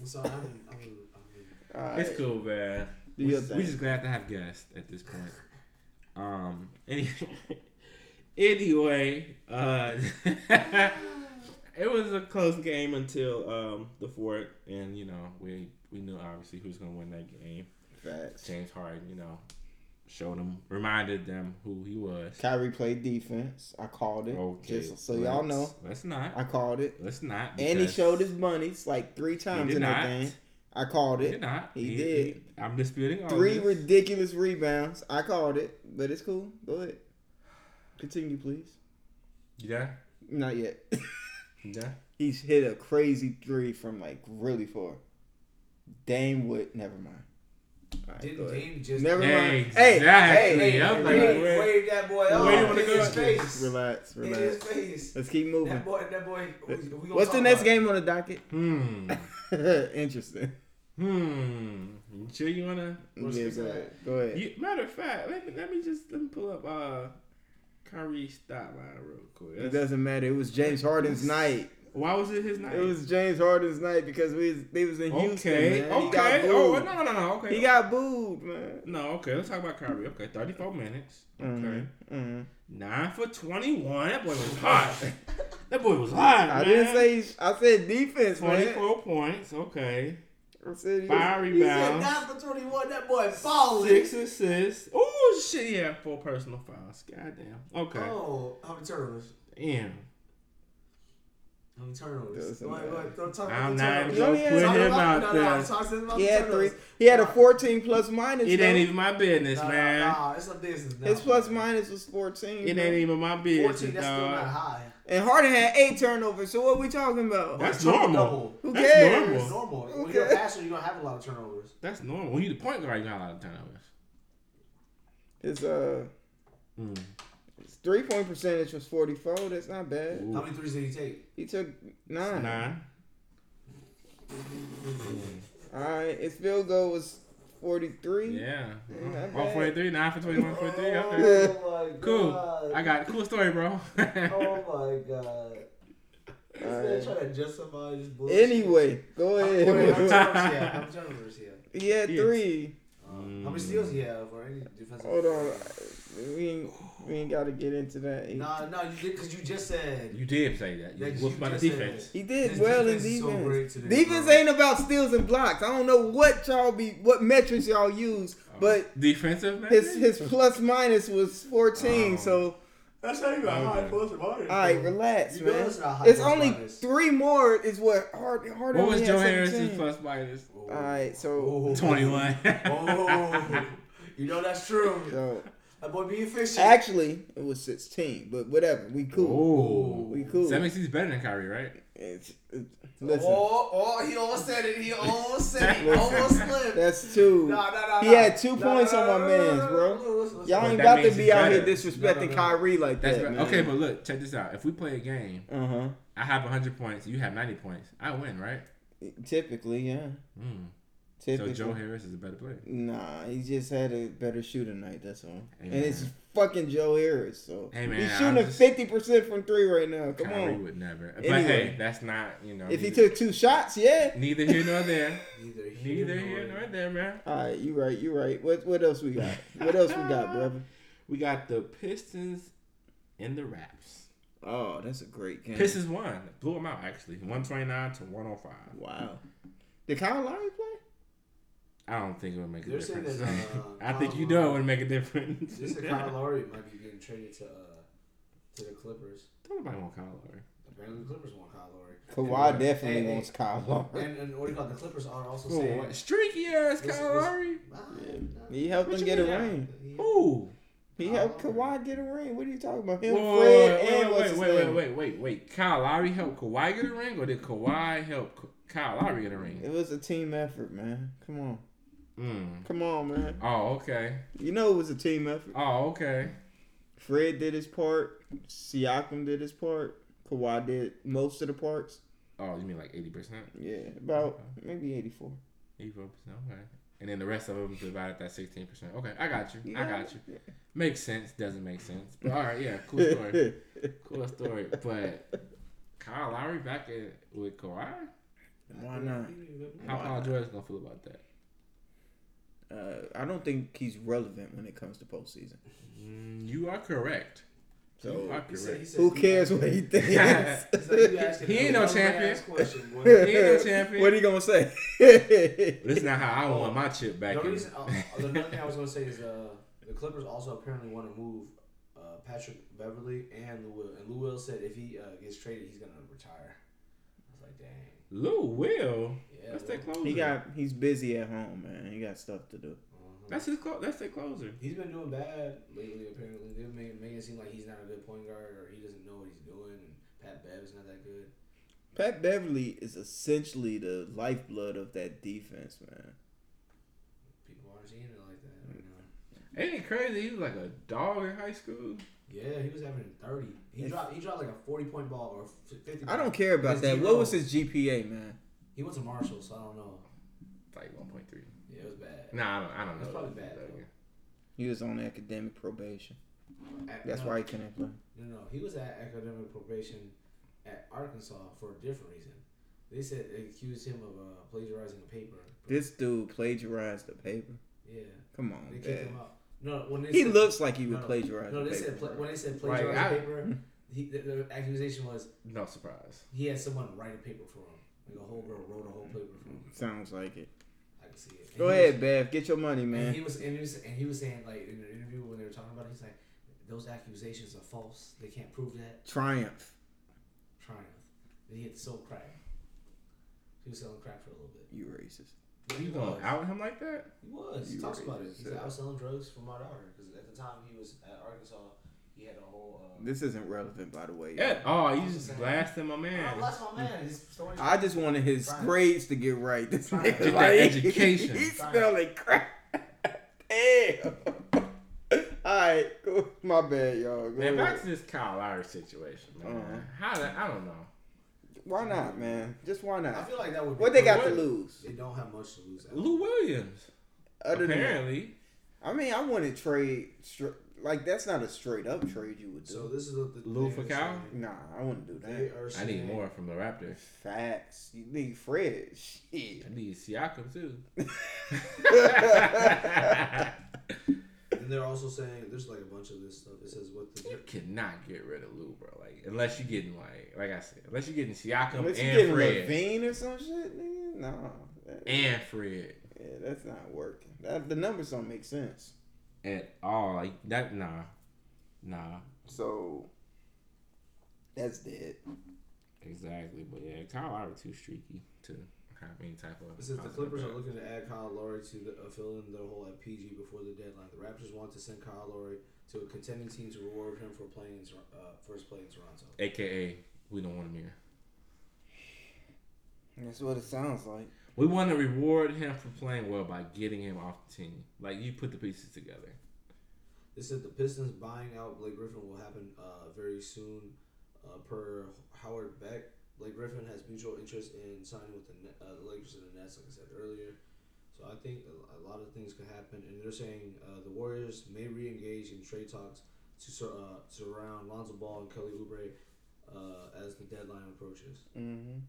Speaker 3: I'm sorry. I'm, in- I'm, in- I'm in-
Speaker 4: All right.
Speaker 2: It's cool, man.
Speaker 4: Do
Speaker 2: we
Speaker 4: your
Speaker 2: just, we
Speaker 4: thing.
Speaker 2: just gonna have to have guests at this point. Um. Any, anyway, uh, it was a close game until um the fourth, and you know we we knew obviously who's gonna win that game.
Speaker 4: Facts.
Speaker 2: James Harden, you know, showed them, reminded them who he was.
Speaker 4: Kyrie played defense. I called it.
Speaker 2: Okay.
Speaker 4: Just so y'all
Speaker 2: let's-
Speaker 4: know,
Speaker 2: Let's not.
Speaker 4: I called it.
Speaker 2: Let's not.
Speaker 4: And he
Speaker 2: because
Speaker 4: showed his bunnies like three times
Speaker 2: did
Speaker 4: in that
Speaker 2: not.
Speaker 4: game. I called
Speaker 2: He did
Speaker 4: it.
Speaker 2: not.
Speaker 4: He did.
Speaker 2: I'm disputing all
Speaker 4: Three
Speaker 2: this.
Speaker 4: ridiculous rebounds. I called it, but it's cool. Go ahead. Continue, please.
Speaker 2: You done?
Speaker 4: Not yet.
Speaker 2: You done?
Speaker 4: He's hit a crazy three from like really far. Dame would never mind. All right, go
Speaker 3: Didn't
Speaker 4: ahead.
Speaker 3: Dame just
Speaker 4: Never mind.
Speaker 2: Exactly.
Speaker 4: Hey,
Speaker 3: Hey,
Speaker 4: hey,
Speaker 2: I'm
Speaker 3: hey,
Speaker 2: like,
Speaker 3: wave,
Speaker 2: where-
Speaker 3: wave that boy up
Speaker 2: where you wanna
Speaker 3: in
Speaker 2: go?
Speaker 3: his face.
Speaker 4: Relax,
Speaker 3: In his
Speaker 4: relax.
Speaker 3: face.
Speaker 4: Let's keep moving.
Speaker 3: That boy, that boy. we- we gonna
Speaker 4: What's the
Speaker 3: talk
Speaker 4: next
Speaker 3: about it.
Speaker 4: game on the docket?
Speaker 2: Hmm.
Speaker 4: Interesting.
Speaker 2: Hmm. You sure you wanna?
Speaker 4: Yeah,
Speaker 3: Let's
Speaker 4: go
Speaker 3: skip
Speaker 4: ahead. Go ahead.
Speaker 2: You, matter of fact, let me let me just let me pull up uh Kyrie's stat line real quick.
Speaker 4: It
Speaker 2: That's-
Speaker 4: doesn't matter. It was James Harden's night.
Speaker 2: why was it his night?
Speaker 4: It was James Harden's night because we was, they was in Houston.
Speaker 2: okay.
Speaker 4: man. He got
Speaker 2: okay.
Speaker 4: booed.
Speaker 2: Oh no no no. Okay.
Speaker 4: He got booed, man.
Speaker 2: no. Okay. Let's talk about Kyrie. Okay. Thirty four minutes. Okay.
Speaker 4: hmm
Speaker 2: Nine for twenty one. That boy was hot. that boy was hot.
Speaker 4: I
Speaker 2: man.
Speaker 4: didn't say. He, I said defense,
Speaker 2: twenty
Speaker 4: man.
Speaker 2: four points. Okay.
Speaker 4: I said he was-
Speaker 2: Five
Speaker 3: He said
Speaker 2: rebounds.
Speaker 3: not the 21. That boy falling.
Speaker 2: Six assists. Oh shit! He had four personal fouls. Goddamn. Okay.
Speaker 3: Oh, how many turnovers?
Speaker 2: Damn.
Speaker 3: How many turnovers?
Speaker 4: Doesn't
Speaker 3: Wait,
Speaker 4: matter.
Speaker 3: wait, don't talk
Speaker 2: I'm
Speaker 3: about the
Speaker 2: not
Speaker 3: turnovers.
Speaker 2: even
Speaker 4: No,
Speaker 2: gonna
Speaker 4: he
Speaker 2: put
Speaker 4: has-
Speaker 3: Talk
Speaker 2: him
Speaker 3: about-
Speaker 2: out
Speaker 3: no, no,
Speaker 2: there.
Speaker 3: talk to him about
Speaker 4: He
Speaker 3: the
Speaker 4: had three.
Speaker 3: turnovers.
Speaker 4: He had a fourteen plus minus.
Speaker 2: It ain't
Speaker 4: though.
Speaker 2: even my business,
Speaker 3: Nah, nah,
Speaker 2: man.
Speaker 3: nah, it's a business. Now.
Speaker 4: His plus minus was fourteen.
Speaker 2: It
Speaker 4: bro.
Speaker 2: ain't even my
Speaker 3: 14,
Speaker 2: business,
Speaker 3: that's still not
Speaker 2: dog.
Speaker 3: high.
Speaker 4: And Harden had eight turnovers. So what we talking about?
Speaker 2: That's
Speaker 3: Triple
Speaker 2: normal.
Speaker 3: double.
Speaker 4: Who
Speaker 2: That's
Speaker 4: cares?
Speaker 3: It's
Speaker 2: normal.
Speaker 3: normal. When
Speaker 4: Okay.
Speaker 3: you're a passer, you're going to have a lot of turnovers.
Speaker 2: That's normal. When you the point guard, you got a lot of turnovers.
Speaker 4: His uh
Speaker 2: Mm.
Speaker 4: his three point percentage was forty four. That's not bad.
Speaker 3: How
Speaker 2: Ooh.
Speaker 3: many threes did he take?
Speaker 4: He took nine.
Speaker 2: Nine.
Speaker 4: Oh All right. His field goal was forty three.
Speaker 2: Yeah.
Speaker 4: Ain't that
Speaker 2: One
Speaker 4: bad.
Speaker 2: forty three. Nine for twenty one forty three. Okay.
Speaker 3: Oh, my
Speaker 2: Cool. I got cool story, bro.
Speaker 3: Oh, my God. This man
Speaker 4: Alright.
Speaker 3: trying to justify this bullshit.
Speaker 4: Anyway, go
Speaker 3: How many turnovers he
Speaker 4: ahead.
Speaker 3: had? How many turnovers he had?
Speaker 4: he had
Speaker 2: Yes.
Speaker 4: three.
Speaker 3: Uh, How many steals he have or any defensive?
Speaker 4: Hold on. We ain't we ain't gotta get into that. He,
Speaker 3: No, no, you did because you just said
Speaker 2: you did say that.
Speaker 3: Yeah,
Speaker 2: You
Speaker 3: you
Speaker 2: whooped by the
Speaker 3: just said
Speaker 2: defense.
Speaker 4: he did
Speaker 3: His
Speaker 4: well in
Speaker 3: defense is so
Speaker 4: defense.
Speaker 3: great today,
Speaker 4: defense
Speaker 3: bro.
Speaker 4: ain't about steals and blocks. I don't know what y'all be what metrics y'all use,
Speaker 3: Uh,
Speaker 4: but
Speaker 2: defensive man.
Speaker 4: his his plus minus was fourteen.
Speaker 2: Oh.
Speaker 4: so
Speaker 3: That's how you
Speaker 2: got high plus
Speaker 3: All
Speaker 4: all right, relax,
Speaker 3: You know
Speaker 4: man.
Speaker 3: that's not high
Speaker 4: It's
Speaker 3: plus
Speaker 4: only
Speaker 3: minus.
Speaker 4: three more is what hard harder.
Speaker 2: what was Joe Harris's
Speaker 4: plus?
Speaker 2: plus minus?
Speaker 4: All right, so
Speaker 2: Twenty one.
Speaker 3: Oh, you know that's true.
Speaker 4: so
Speaker 3: That boy be efficient.
Speaker 4: actually it was sixteen, but whatever. We cool.
Speaker 2: Oh.
Speaker 4: We cool.
Speaker 2: That makes he's better than Kyrie, right?
Speaker 4: It's, it's, listen,
Speaker 3: Oh, oh, he almost said it. He almost said it. He
Speaker 4: Listen.
Speaker 3: almost slipped.
Speaker 4: that's two.
Speaker 3: Nah, nah, nah,
Speaker 4: He
Speaker 3: nah.
Speaker 4: had two points on my mans, bro.
Speaker 3: Listen, listen,
Speaker 4: Y'all
Speaker 2: But
Speaker 4: ain't
Speaker 2: that
Speaker 4: got to
Speaker 2: means
Speaker 4: be
Speaker 2: he's
Speaker 4: out here
Speaker 2: better.
Speaker 4: disrespecting
Speaker 3: No, no, no.
Speaker 4: Kyrie like
Speaker 2: That's
Speaker 4: that,
Speaker 2: right.
Speaker 4: man.
Speaker 2: okay, but look, check this out. If we play a game,
Speaker 4: Uh huh.
Speaker 2: I have 100 points, you have 90 points, I win, right?
Speaker 4: Typically, yeah.
Speaker 2: Mm. So
Speaker 4: Typically.
Speaker 2: Joe Harris is a better player.
Speaker 4: Nah, he just had a better shooting night. That's all.
Speaker 2: Hey,
Speaker 4: and
Speaker 2: man.
Speaker 4: it's fucking Joe Harris. So
Speaker 2: Hey, man,
Speaker 4: he's
Speaker 2: I'm
Speaker 4: shooting
Speaker 2: just-
Speaker 4: fifty percent from three right now. Come
Speaker 2: Kyrie
Speaker 4: on.
Speaker 2: would never. But
Speaker 4: Anyway.
Speaker 2: hey, that's not you know.
Speaker 4: If he
Speaker 2: neither-
Speaker 4: took two shots, yeah.
Speaker 2: neither here nor there,
Speaker 3: Neither here
Speaker 2: neither here
Speaker 3: nor
Speaker 2: nor there, man.
Speaker 4: All right, you right, you right. What what else we got? What else we got, brother?
Speaker 2: We got the Pistons and the Raps.
Speaker 4: Oh, that's a great game.
Speaker 2: Pistons won, blew them out actually, 129 to 105.
Speaker 4: Wow. Did Kyle Lowry play?
Speaker 2: I don't think it would make a
Speaker 3: They're saying
Speaker 2: difference.
Speaker 3: that,
Speaker 2: I
Speaker 3: uh,
Speaker 2: think you
Speaker 3: Kyle
Speaker 2: know it
Speaker 3: Lowry-
Speaker 2: would make a difference.
Speaker 3: This is Kyle Lowry might be getting traded to uh, to the Clippers.
Speaker 2: Don't nobody want Kyle Lowry.
Speaker 3: Apparently, the Clippers want Kyle Lowry.
Speaker 4: Kawhi definitely
Speaker 3: Hey,
Speaker 4: wants Kyle Lowry.
Speaker 3: And, and what do you call it? The Clippers are also
Speaker 2: Oh,
Speaker 3: saying.
Speaker 2: what? Streaky ass
Speaker 3: This-
Speaker 2: Kyle
Speaker 3: this-
Speaker 2: Lowry.
Speaker 3: Ah,
Speaker 4: He helped
Speaker 2: What
Speaker 4: him
Speaker 2: you
Speaker 4: get a
Speaker 2: mean, yeah?
Speaker 4: ring.
Speaker 3: nah.
Speaker 2: Ooh.
Speaker 4: He helped Kawhi get a ring. What are you talking about? Him,
Speaker 2: Oh. Whoa,
Speaker 4: Fred, and what's
Speaker 2: wait,
Speaker 4: his
Speaker 2: wait, wait, wait,
Speaker 4: name?
Speaker 2: wait, wait, wait. Kyle Lowry helped Kawhi get a ring, or did Kawhi help K- Kyle Lowry get a ring?
Speaker 4: It was a team effort, man. Come on.
Speaker 2: Mm.
Speaker 4: Come on, man.
Speaker 2: Oh, okay.
Speaker 4: You know it was a team effort.
Speaker 2: Oh, okay.
Speaker 4: Fred did his part. Siakam did his part. Kawhi did most of the parts.
Speaker 2: Oh, you mean like eighty percent,
Speaker 4: Yeah, about maybe 84.
Speaker 2: eighty four percent? Okay. And then the rest of them divided that sixteen percent. Okay, I got you. I
Speaker 4: Yeah.
Speaker 2: got you. Makes sense. Doesn't make sense. But all right, yeah, cool story. cool story. But Kyle Lowry back in with Kawhi.
Speaker 1: Why not?
Speaker 2: How Paul George gonna feel about that?
Speaker 1: Uh, I don't think he's relevant when it comes to postseason.
Speaker 2: Mm, you are correct. you
Speaker 1: So
Speaker 2: are
Speaker 3: He said, he
Speaker 2: correct.
Speaker 3: said,
Speaker 4: Who cares what he thinks?
Speaker 3: It's like you asking
Speaker 2: He ain't no
Speaker 3: a dumb-ass
Speaker 2: champion.
Speaker 3: Question, boy.
Speaker 2: He ain't no champion.
Speaker 4: what are you gonna say?
Speaker 2: But This is not how I want my chip back.
Speaker 3: The
Speaker 2: in.
Speaker 3: reason, uh, the another thing I was gonna say is uh, the Clippers also apparently want to move uh, Patrick Beverly and Lou Will. And Lou Will said if he uh, gets traded, he's gonna retire. I was like, dang.
Speaker 2: Lou Will.
Speaker 3: Yeah,
Speaker 2: That's
Speaker 3: Lou.
Speaker 2: their closer.
Speaker 1: he got he's busy at home, man. He got stuff to do.
Speaker 3: Mhm.
Speaker 2: That's his. Clo- that's their closer.
Speaker 3: He's been doing bad lately. Apparently, they're making, making it seem like he's not a good point guard or he doesn't know what he's doing. And Pat Bev's not that good.
Speaker 1: Pat Beverly is essentially the lifeblood of that defense, man.
Speaker 3: People aren't seeing it like that right now.
Speaker 2: Ain't it crazy? He was like a dog in high school.
Speaker 3: Yeah, he was having thirty. He
Speaker 1: If-
Speaker 3: dropped. He dropped like a forty-point ball or f- fifty.
Speaker 1: I don't care about
Speaker 3: His
Speaker 1: that.
Speaker 3: zero.
Speaker 1: What was his GPA, man?
Speaker 3: He went to Marshall, so I don't know.
Speaker 2: It's like one point three.
Speaker 3: Yeah, it was bad.
Speaker 2: Nah, I don't. I don't know.
Speaker 3: That's probably bad, though.
Speaker 1: He was on academic probation.
Speaker 3: At-
Speaker 1: That's
Speaker 3: no,
Speaker 1: why he couldn't play.
Speaker 3: No, no, he was at academic probation at Arkansas for a different reason. They said they accused him of uh, plagiarizing a paper.
Speaker 1: This dude plagiarized the paper.
Speaker 3: yeah,
Speaker 1: Come
Speaker 3: they
Speaker 1: on,
Speaker 3: kicked
Speaker 1: man.
Speaker 3: him out. No, when they
Speaker 1: He
Speaker 3: said,
Speaker 1: looks like he would
Speaker 3: No, no.
Speaker 1: plagiarize
Speaker 3: No,
Speaker 1: the
Speaker 3: they
Speaker 1: paper.
Speaker 3: said pla-
Speaker 1: bro.
Speaker 3: when they said
Speaker 2: Right,
Speaker 3: plagiarizing
Speaker 2: I-
Speaker 3: paper, he, the, the accusation was
Speaker 2: No surprise.
Speaker 3: he had someone write a paper for him. Like a whole girl wrote a whole paper for him.
Speaker 1: Sounds like it.
Speaker 3: I can see it. And
Speaker 1: Go
Speaker 3: he was-
Speaker 1: ahead, Bev. Get your money,
Speaker 3: And
Speaker 1: man.
Speaker 3: he was and he was and he was saying like in the interview when they were talking about it, he's like, those accusations are false. They can't prove that.
Speaker 1: Triumph.
Speaker 3: Triumph. Then he had to sell crack. He was selling crack for a little bit.
Speaker 1: You racist.
Speaker 3: But
Speaker 2: You
Speaker 3: he
Speaker 2: gonna
Speaker 3: was.
Speaker 2: out him like that?
Speaker 3: He was. He
Speaker 1: You
Speaker 3: talks about it.
Speaker 1: racist,
Speaker 3: He's like,
Speaker 1: yeah.
Speaker 3: I was selling drugs for my daughter because at the time he was at Arkansas, he had a whole. Uh,
Speaker 1: This isn't relevant, by the way.
Speaker 2: Yeah. Oh, you
Speaker 3: I'm just
Speaker 2: just
Speaker 3: saying.
Speaker 2: blasting my
Speaker 3: I
Speaker 2: man.
Speaker 3: don't blast my man. His story.
Speaker 1: I just wanted his
Speaker 3: Triumph.
Speaker 1: grades to get right. This
Speaker 3: Triumph.
Speaker 1: nigga
Speaker 2: Get that
Speaker 1: like,
Speaker 2: education.
Speaker 1: He's
Speaker 3: Triumph.
Speaker 1: spelling crap.
Speaker 4: Damn. Alright, my bad, y'all. Go
Speaker 2: Man, back
Speaker 4: ahead.
Speaker 2: to this Kyle Lowry situation, man.
Speaker 1: Uh-huh.
Speaker 2: How? The, I don't know.
Speaker 4: Why not, man? Just why
Speaker 3: I
Speaker 4: not?
Speaker 3: feel like that would. Be
Speaker 4: What they got to
Speaker 2: What?
Speaker 4: lose?
Speaker 3: They don't have much to lose. at all.
Speaker 2: Lou Williams.
Speaker 4: Other than that.
Speaker 2: apparently,
Speaker 4: I mean, I wouldn't trade str like that's not a straight up trade you would do.
Speaker 3: So this is what the
Speaker 2: Lou
Speaker 3: they are
Speaker 2: for Cal?
Speaker 3: saying.
Speaker 4: nah, I wouldn't do
Speaker 3: They
Speaker 4: that.
Speaker 3: are
Speaker 2: I need
Speaker 3: saying-
Speaker 2: more from the Raptors.
Speaker 4: Facts. You need Fred. Shit.
Speaker 2: I need Siakam too.
Speaker 3: And they're also saying there's like a bunch of this stuff. It says what the
Speaker 2: you cannot get rid of Lou, bro. Like unless you're getting like, like I said, unless you're getting Siakam
Speaker 4: Unless you
Speaker 2: and
Speaker 4: getting
Speaker 2: Fred
Speaker 4: Levine or some shit, nigga. Nah. That-
Speaker 2: and Fred
Speaker 4: yeah, that's not working. That, the numbers don't make sense.
Speaker 2: at all. Like that, nah, nah.
Speaker 4: So that's dead.
Speaker 2: Exactly, but yeah, Kyle Lowry too streaky to have any type of.
Speaker 3: It says the
Speaker 2: positive
Speaker 3: Clippers are
Speaker 2: impact.
Speaker 3: looking to add Kyle Lowry to the, uh, fill in their hole at PG before the deadline. The Raptors want to send Kyle Lowry to a contending team to reward him for playing in, Tor- uh, first play in Toronto.
Speaker 2: AKA, we don't want him here.
Speaker 4: That's what it sounds like.
Speaker 2: We want to reward him for playing well by getting him off the team. Like you put the pieces together.
Speaker 3: They said the Pistons buying out Blake Griffin will happen uh, very soon, uh, per Howard Beck. Blake Griffin has mutual interest in signing with the Net, uh, the Lakers and the Nets, like I said earlier. So I think a, a lot of things could happen, and they're saying uh, the Warriors may re-engage in trade talks to sur- uh, surround Lonzo Ball and Kelly Oubre uh, as the deadline approaches.
Speaker 4: Mm-hmm.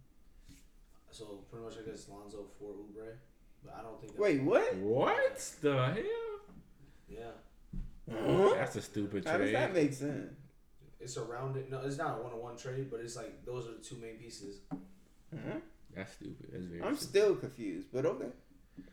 Speaker 3: So pretty much, I guess Lonzo for Oubre, but I don't think. That,
Speaker 4: Wait, what?
Speaker 2: What the hell?
Speaker 3: Yeah,
Speaker 4: Huh?
Speaker 2: Uh-huh. That's a stupid
Speaker 4: How does that
Speaker 2: trade.
Speaker 4: make sense?
Speaker 3: it's surrounded. No, it's not a one-on-one trade, but it's like those are the two main pieces.
Speaker 4: Huh?
Speaker 2: That's stupid. That's very.
Speaker 4: I'm
Speaker 2: stupid.
Speaker 4: still confused, but okay.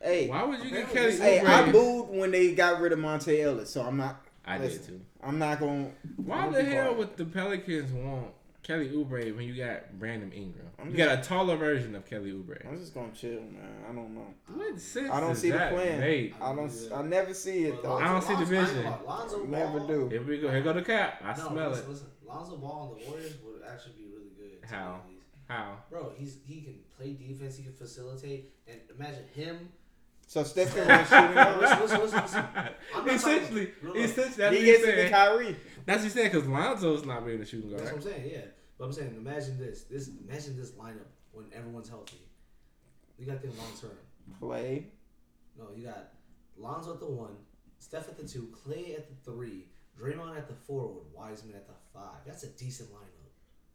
Speaker 4: Hey,
Speaker 2: Why would you get Kelly
Speaker 3: Apparently-
Speaker 4: hey, I
Speaker 2: Oubre?
Speaker 4: booed when they got rid of Monte Ellis, so I'm not.
Speaker 2: I did
Speaker 4: listen.
Speaker 2: too.
Speaker 4: I'm not going.
Speaker 2: Why
Speaker 4: I'm
Speaker 2: the
Speaker 4: be
Speaker 2: hell
Speaker 4: quiet.
Speaker 2: would the Pelicans want Kelly Oubre when you got Brandon Ingram?
Speaker 4: I'm
Speaker 2: you got a taller version of Kelly Oubre.
Speaker 4: I'm just gonna chill, man. I don't know.
Speaker 2: What sense
Speaker 4: I don't
Speaker 2: is
Speaker 4: see the
Speaker 2: that
Speaker 4: plan.
Speaker 2: made?
Speaker 4: I don't. s- I never see it
Speaker 3: Well,
Speaker 4: though.
Speaker 2: I don't see the
Speaker 3: Lonzo-
Speaker 2: vision.
Speaker 3: Lonzo- Lonzo Ball,
Speaker 4: Never do.
Speaker 2: Here we go. Here go the cap. I
Speaker 3: no,
Speaker 2: smell
Speaker 3: listen,
Speaker 2: it.
Speaker 3: Listen, Lonzo Ball on the Warriors would actually be really good. to
Speaker 2: How?
Speaker 3: me at least.
Speaker 2: How?
Speaker 3: Bro, he's he can play defense. He can facilitate. And imagine him,
Speaker 4: So Steph Curry shooting
Speaker 3: listen,
Speaker 4: over.
Speaker 3: listen, listen, listen. I'm not talking-
Speaker 2: essentially,
Speaker 3: real life.
Speaker 2: essentially, that's what
Speaker 4: He
Speaker 2: you're
Speaker 4: gets it to
Speaker 2: saying.
Speaker 4: Kyrie.
Speaker 2: That's what you're saying because Lonzo's not really a shooting
Speaker 3: That's
Speaker 2: guard.
Speaker 3: what I'm saying, yeah. But I'm saying, imagine this. This imagine this lineup when everyone's healthy. You got to think long term.
Speaker 4: Play.
Speaker 3: No, you got Lonzo at the one, Steph at the two, Clay at the three, Draymond at the four, with Wiseman at the five. That's a decent lineup.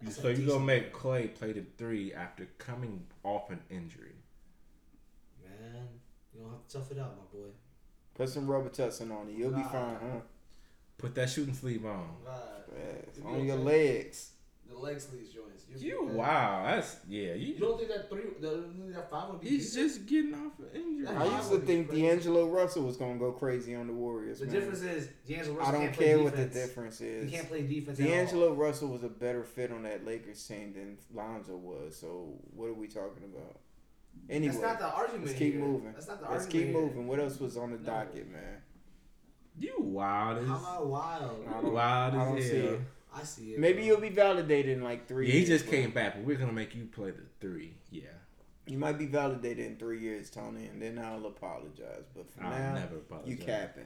Speaker 3: That's a
Speaker 2: So you gonna
Speaker 3: decent
Speaker 2: make
Speaker 3: lineup.
Speaker 2: Clay play the three after coming off an injury?
Speaker 3: man? You don't have to tough it out, my boy.
Speaker 4: Put some rubber Robitussin on it. You'll be
Speaker 3: Nah.
Speaker 4: fine, huh?
Speaker 2: Put that shooting sleeve on.
Speaker 3: God,
Speaker 4: Yes.
Speaker 3: You
Speaker 4: On your
Speaker 3: okay?
Speaker 4: legs.
Speaker 3: the leg sleeves joints.
Speaker 2: You wow, that's yeah. You
Speaker 3: You don't think that three, the, that five would be?
Speaker 2: He's
Speaker 3: decent?
Speaker 2: just getting off an injury.
Speaker 3: That's
Speaker 4: I used
Speaker 3: Nah, I
Speaker 4: to
Speaker 3: would be
Speaker 4: think
Speaker 3: crazy.
Speaker 4: D'Angelo Russell was gonna go crazy on the Warriors.
Speaker 3: The
Speaker 4: man.
Speaker 3: difference is D'Angelo Russell
Speaker 4: I don't
Speaker 3: can't play
Speaker 4: care what the
Speaker 3: defense.
Speaker 4: difference
Speaker 3: He
Speaker 4: is.
Speaker 3: can't play defense. at all.
Speaker 4: D'Angelo Russell was a better fit on that Lakers team than Lonzo was. So what are we talking about? Anyway,
Speaker 3: That's not the argument.
Speaker 4: let's keep
Speaker 3: here.
Speaker 4: moving.
Speaker 3: That's not the
Speaker 4: Let's keep
Speaker 3: argument. here.
Speaker 4: moving. What else was on the
Speaker 3: No.
Speaker 4: docket, man?
Speaker 2: you wild as
Speaker 3: How am I wild?
Speaker 4: I
Speaker 2: you wild
Speaker 4: I
Speaker 2: as
Speaker 4: don't
Speaker 2: hell.
Speaker 4: see it.
Speaker 3: I see it.
Speaker 4: Maybe
Speaker 3: bro.
Speaker 4: you'll be validated in like three.
Speaker 2: Yeah, he
Speaker 4: years,
Speaker 2: just
Speaker 4: bro.
Speaker 2: came back, but we're gonna make you play the three. Yeah,
Speaker 4: You might be validated in three years, Tony, and then I'll apologize. But for
Speaker 2: I'll
Speaker 4: now,
Speaker 2: never apologize.
Speaker 4: you capping.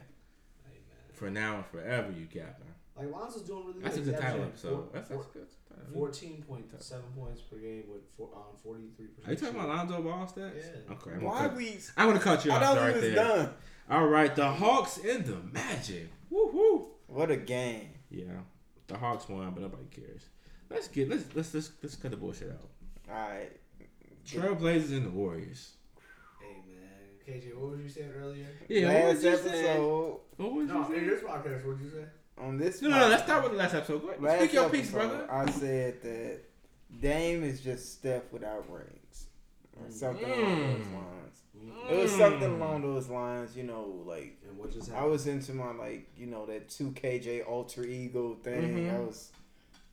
Speaker 3: Hey, man.
Speaker 2: for now and forever. You capping.
Speaker 3: Like Lonzo's doing really
Speaker 2: That's a
Speaker 3: good.
Speaker 2: good
Speaker 3: He's
Speaker 2: title
Speaker 3: averaging
Speaker 2: episode.
Speaker 3: four-
Speaker 2: That's
Speaker 3: four-
Speaker 2: that's good. title.
Speaker 3: 14.7 points per game with four, um, 43 percent.
Speaker 2: Are you talking about Lonzo Ball stats?
Speaker 3: Yeah.
Speaker 2: Okay. I'm
Speaker 4: Why
Speaker 2: Why?
Speaker 4: we?
Speaker 2: I'm gonna cut you
Speaker 4: I
Speaker 2: off
Speaker 4: thought we
Speaker 2: right
Speaker 4: was
Speaker 2: there.
Speaker 4: done.
Speaker 2: All right, the Hawks and the Magic. Woo hoo.
Speaker 4: What a game!
Speaker 2: Yeah, the Hawks won, but nobody cares. Let's get let's let's let's, let's cut the bullshit out.
Speaker 4: All right,
Speaker 2: Trailblazers and the Warriors.
Speaker 3: Hey man, KJ, what was you saying earlier?
Speaker 2: Yeah, what
Speaker 4: last
Speaker 2: was you saying?
Speaker 4: episode
Speaker 2: What was
Speaker 3: No,
Speaker 2: you
Speaker 3: in
Speaker 2: saying?
Speaker 3: this podcast, what did you say?
Speaker 4: on this.
Speaker 2: No, no, no,
Speaker 4: podcast-
Speaker 2: let's start with the last episode. Go ahead.
Speaker 4: Last
Speaker 2: Speak your piece,
Speaker 4: episode,
Speaker 2: brother.
Speaker 4: I said that Dame is just Steph without rings, or something along those
Speaker 2: Mm.
Speaker 4: lines. It was something along those lines, you know. Like
Speaker 3: And what just
Speaker 4: I
Speaker 3: happened?
Speaker 4: was into my like, you know, that two KJ alter ego thing. I
Speaker 2: Mhm.
Speaker 4: was,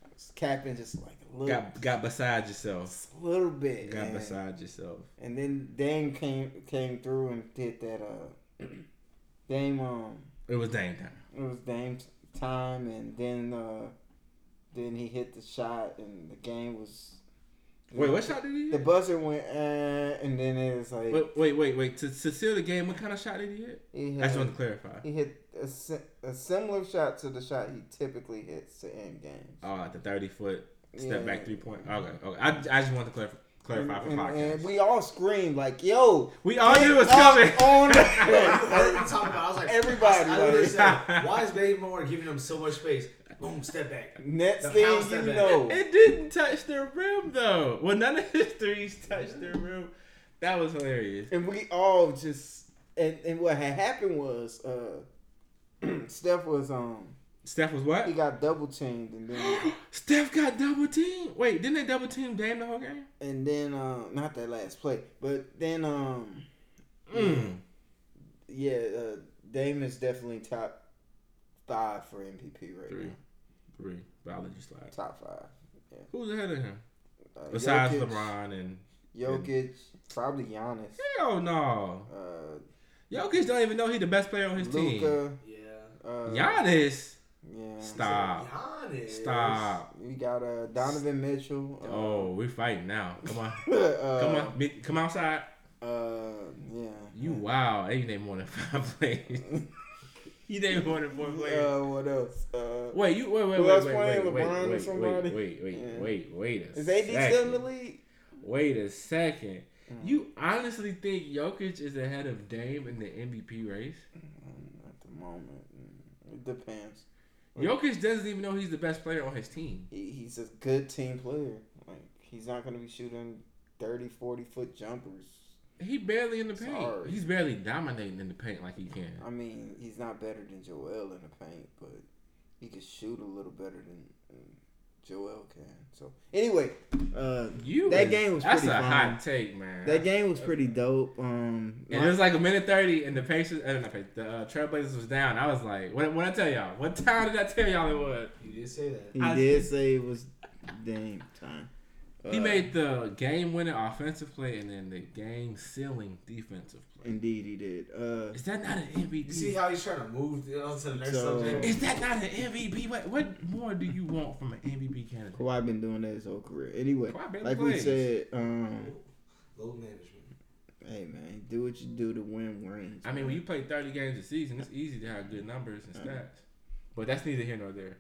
Speaker 4: I was capping just like a little,
Speaker 2: Got got beside yourself.
Speaker 4: just a little bit,
Speaker 2: Got
Speaker 4: man.
Speaker 2: beside yourself.
Speaker 4: and then Dame came came through and did that. Uh, Dame um.
Speaker 2: It was Dame time.
Speaker 4: It was Dame t- time, and then uh, then he hit the shot, and the game was.
Speaker 2: Wait, what shot did he
Speaker 4: The
Speaker 2: hit?
Speaker 4: buzzer went, uh, and then it was like
Speaker 2: Wait, wait, wait, wait. To, to seal the game, what kind of shot did he hit?
Speaker 4: he
Speaker 2: I
Speaker 4: hit,
Speaker 2: just want to clarify.
Speaker 4: he hit a, si- a similar shot to the shot he typically hits to end games.
Speaker 2: Oh, like the thirty foot step
Speaker 4: Yeah.
Speaker 2: back three point. Okay, okay. I, I just want to clarify. Clarify for
Speaker 4: and, and,
Speaker 2: podcast.
Speaker 4: and we all screamed like, "Yo,
Speaker 2: we, all knew it was
Speaker 4: Dame Lillard
Speaker 2: coming.
Speaker 4: On the
Speaker 3: I heard you
Speaker 4: court.
Speaker 3: talking about. I was like,
Speaker 4: Everybody,
Speaker 3: I, I
Speaker 4: like-
Speaker 3: literally said, why is Baymore giving him so much space? Boom, step back.
Speaker 4: Next
Speaker 3: The house
Speaker 4: thing you
Speaker 3: that
Speaker 4: know,
Speaker 2: It didn't touch the rim though. Well, none of his threes touched the rim. That was hilarious.
Speaker 4: and we all just and, and what had happened was uh, Steph was um
Speaker 2: Steph was what?
Speaker 4: he got double teamed and then.
Speaker 2: Steph got double teamed. Wait, didn't they double team Dame the whole game?
Speaker 4: and then um not that last play, but then um
Speaker 2: Mm.
Speaker 4: yeah, uh, Dame is definitely top five for MVP right
Speaker 2: Three.
Speaker 4: now.
Speaker 2: Three. Biology slide.
Speaker 4: Top five.
Speaker 2: Who's ahead of him?
Speaker 4: Uh,
Speaker 2: Besides
Speaker 4: Jokic,
Speaker 2: LeBron and
Speaker 4: Jokic, probably Giannis,
Speaker 2: hell no.
Speaker 4: uh,
Speaker 2: Jokic don't even know he's the best player on his team.
Speaker 4: Luca,
Speaker 3: Yeah.
Speaker 4: uh,
Speaker 2: Giannis.
Speaker 4: yeah.
Speaker 2: Stop.
Speaker 3: Giannis.
Speaker 2: Stop.
Speaker 4: We got uh, Donovan Mitchell. Uh,
Speaker 2: Oh, we fighting now. Come on.
Speaker 4: uh,
Speaker 2: Come on. Mi- Come outside.
Speaker 4: Uh, yeah.
Speaker 2: You wow. Hey, you named more than five players. you named more than four players.
Speaker 4: Uh, what else? Uh,
Speaker 2: Wait, you wait, wait,
Speaker 4: Who
Speaker 2: wait,
Speaker 4: else
Speaker 2: wait,
Speaker 4: playing,
Speaker 2: wait, wait,
Speaker 4: LeBron or
Speaker 2: wait,
Speaker 4: somebody?
Speaker 2: wait, wait, wait,
Speaker 4: Yeah.
Speaker 2: wait, wait a
Speaker 4: is AD
Speaker 2: second.
Speaker 4: still in the league?
Speaker 2: Wait a second.
Speaker 4: Mm.
Speaker 2: You honestly think Jokic is ahead of Dame in the MVP race?
Speaker 4: Mm, At the moment, mm, it depends. Mm.
Speaker 2: Jokic doesn't even know he's the best player on his team.
Speaker 4: he, he's a good team player. Like he's not going to be shooting 30, 40 foot jumpers.
Speaker 2: He barely in the paint.
Speaker 4: Sorry. Uh,
Speaker 2: He's barely dominating in the paint like he can.
Speaker 4: I mean, he's not better than Joel in the paint, but he can shoot a little better than um, Joel can. So anyway, uh,
Speaker 2: You
Speaker 4: That
Speaker 2: is-
Speaker 4: game was
Speaker 2: that's
Speaker 4: pretty
Speaker 2: a
Speaker 4: fun.
Speaker 2: hot take, man.
Speaker 4: that game was pretty dope. Um,
Speaker 2: And it was like a minute thirty, and the Pacers, uh, not Pacers, the uh, Trailblazers was down. I was like, "What? What I tell y'all? What time did I tell y'all it was?"
Speaker 3: You did say that.
Speaker 4: he
Speaker 2: I-
Speaker 4: did say it was game time.
Speaker 2: He
Speaker 4: Uh,
Speaker 2: made the game winning offensive play and then the game sealing defensive play.
Speaker 4: Indeed, he did. Uh,
Speaker 2: Is that not an MVP?
Speaker 3: You see how he's trying to move you know, to the next
Speaker 4: So-
Speaker 3: subject?
Speaker 2: Is that not an MVP? What, what more do you want from an MVP candidate?
Speaker 4: Kawhi been doing that his whole career. Anyway,
Speaker 2: Kawhi barely
Speaker 4: like we
Speaker 2: plays.
Speaker 4: said, um,
Speaker 3: Load management.
Speaker 4: Hey man, do what you do to win rings.
Speaker 2: I mean, when you play 30 games a season, it's easy to have good numbers and
Speaker 4: Yeah.
Speaker 2: stats. But that's neither here nor there.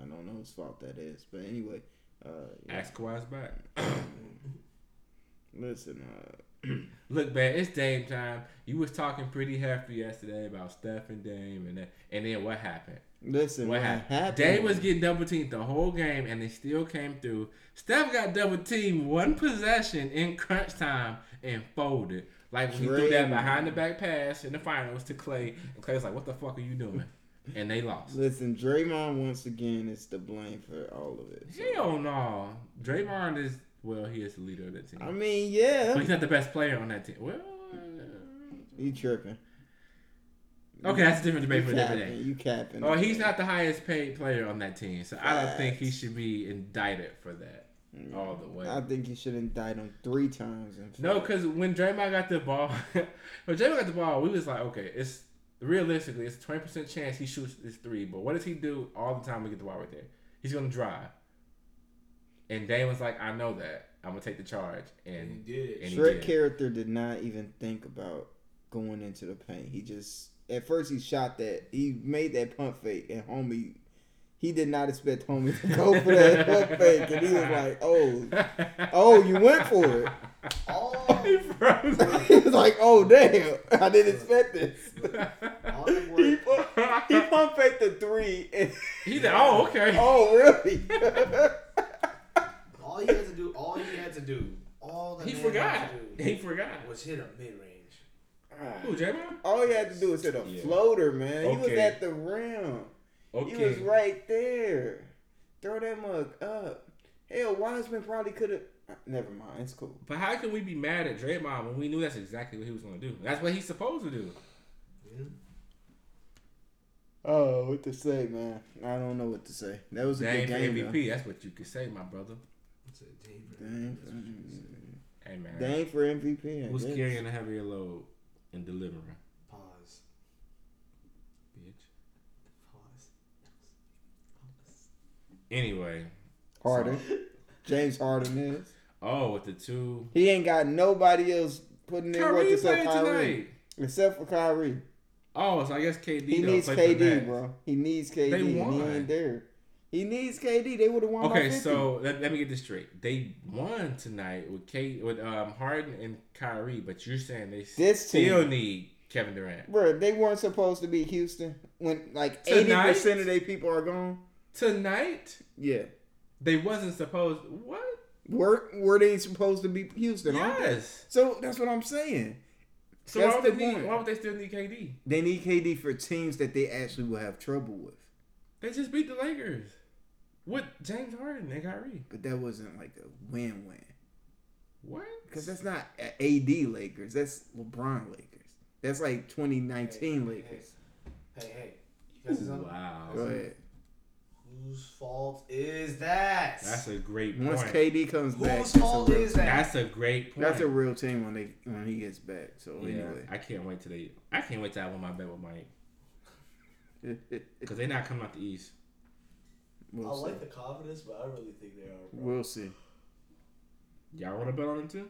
Speaker 4: I don't know whose fault that is, but anyway, uh, yeah.
Speaker 2: Ask Kawhi's back.
Speaker 4: listen, uh,
Speaker 2: Look, man, it's Dame time. You was talking pretty hefty yesterday about Steph and Dame, and then, and then what happened?
Speaker 4: listen,
Speaker 2: What
Speaker 4: what
Speaker 2: happened?
Speaker 4: happened?
Speaker 2: Dame was getting double teamed the whole game, and they still came through. Steph got double teamed one possession in crunch time and folded. Like when he threw that
Speaker 4: Draymond.
Speaker 2: behind the back pass in the finals to Clay, and Clay was like, "What the fuck are you doing?" And they lost.
Speaker 4: Listen, Draymond once again is to blame for all of it. so-
Speaker 2: Hell no. Draymond is well, he is the leader of that team,
Speaker 4: I mean, yeah,
Speaker 2: but he's not the best player on that team. Well,
Speaker 4: you tripping?
Speaker 2: okay, that's a different
Speaker 4: You
Speaker 2: debate for a different day.
Speaker 4: capping? You capping?
Speaker 2: Oh, he's not the highest paid player on that team, so I don't think he
Speaker 4: Facts.
Speaker 2: should be indicted for that all the way.
Speaker 4: Mm. I think you should indict him three times. And
Speaker 2: Oh, No, because when Draymond got the ball, when Draymond got the ball, we was like, okay, it's realistically it's twenty percent chance he shoots this three. But what does he do all the time to get the ball right there? He's gonna drive. And Dame was like, I know that. I'm gonna take the charge,
Speaker 3: And he
Speaker 2: and
Speaker 3: did it.
Speaker 2: and he
Speaker 4: Shrek
Speaker 2: did.
Speaker 4: character did not even think about going into the paint. He just at first he shot that he made that pump fake and homie he did not expect homie to go for that pump fake and he was like, Oh oh you went for it.
Speaker 3: All,
Speaker 2: he froze.
Speaker 4: he was like, Oh damn, I didn't expect this.
Speaker 3: all the
Speaker 4: He
Speaker 3: work.
Speaker 4: pump, he pump faked the three and
Speaker 2: He said, oh okay.
Speaker 4: Oh really?
Speaker 3: All he had to do. All he had to do. All the
Speaker 2: he
Speaker 3: man
Speaker 2: forgot.
Speaker 3: had to do
Speaker 2: He forgot.
Speaker 3: was hit a mid range.
Speaker 2: Who Draymond?
Speaker 4: All he had to do was hit a
Speaker 2: Ah. Yeah.
Speaker 4: floater, man. He was
Speaker 2: Okay.
Speaker 4: at the rim.
Speaker 2: Okay.
Speaker 4: He was right there. Throw that mug up. Hell, Wiseman probably could have. Never mind. It's cool.
Speaker 2: But how can we be mad at Draymond when we knew that's exactly what he was gonna do? That's what he's supposed to do.
Speaker 3: Yeah.
Speaker 4: Oh, what to say, man? I don't know what to say. That was a
Speaker 2: Dame
Speaker 4: good
Speaker 2: for
Speaker 4: game.
Speaker 2: MVP. That's what you could say, my brother.
Speaker 3: It's a
Speaker 4: though.
Speaker 3: Denver.
Speaker 4: Dang
Speaker 3: That's what you can say.
Speaker 4: for,
Speaker 2: Hey man,
Speaker 4: dang for MVP. I
Speaker 2: who's
Speaker 4: guess.
Speaker 2: carrying a heavier load and delivering?
Speaker 3: Pause.
Speaker 2: Bitch.
Speaker 3: Pause. Pause.
Speaker 2: Anyway,
Speaker 4: Harden? James Harden is.
Speaker 2: oh, with the two.
Speaker 4: He ain't got nobody else putting in work
Speaker 2: Kyrie
Speaker 4: except
Speaker 2: played
Speaker 4: Kyrie.
Speaker 2: tonight.
Speaker 4: Except for Kyrie.
Speaker 2: Oh, so I guess KD.
Speaker 4: He
Speaker 2: don't
Speaker 4: needs
Speaker 2: play for the
Speaker 4: KD,
Speaker 2: Nets.
Speaker 4: bro. He needs KD. and He
Speaker 2: won.
Speaker 4: ain't there. He needs KD. They would have won. by
Speaker 2: Okay,
Speaker 4: 50.
Speaker 2: so let, let me get this straight. They won tonight with Kate with um Harden and Kyrie, but you're saying they
Speaker 4: This
Speaker 2: still
Speaker 4: team.
Speaker 2: need Kevin Durant
Speaker 4: Bro, they weren't supposed to be Houston when like eighty
Speaker 2: Tonight?
Speaker 4: percent of their people are gone.
Speaker 2: tonight.
Speaker 4: Yeah,
Speaker 2: They wasn't supposed. What?
Speaker 4: were were they supposed to be Houston? aren't they?
Speaker 2: Yes.
Speaker 4: So that's what I'm saying.
Speaker 2: So why
Speaker 4: That's
Speaker 2: would,
Speaker 4: the
Speaker 2: they need,
Speaker 4: point.
Speaker 2: why would they still need KD?
Speaker 4: They need KD for teams that they actually will have trouble with.
Speaker 2: They just beat the Lakers with James Harden and Kyrie.
Speaker 4: But that wasn't like a win-win
Speaker 2: What?
Speaker 4: because that's not a- AD Lakers. That's LeBron Lakers. That's like 2019
Speaker 3: Hey, hey,
Speaker 4: Lakers.
Speaker 3: Hey, hey. You guys see something?
Speaker 2: Wow.
Speaker 4: Go ahead.
Speaker 3: Whose fault is that?
Speaker 2: That's a great point.
Speaker 4: Once KD comes back,
Speaker 3: Whose
Speaker 4: that's a
Speaker 3: fault
Speaker 4: real-
Speaker 3: is that?
Speaker 2: That's a great point.
Speaker 4: That's a real team when they when he gets back. So
Speaker 2: yeah, I can't wait till they. I can't wait till I win my bet with Mike
Speaker 4: anyway,
Speaker 2: because they're not coming out the East.
Speaker 4: we'll see.
Speaker 3: the confidence, but I really think they are.
Speaker 4: We'll see.
Speaker 2: Y'all want to bet on them too?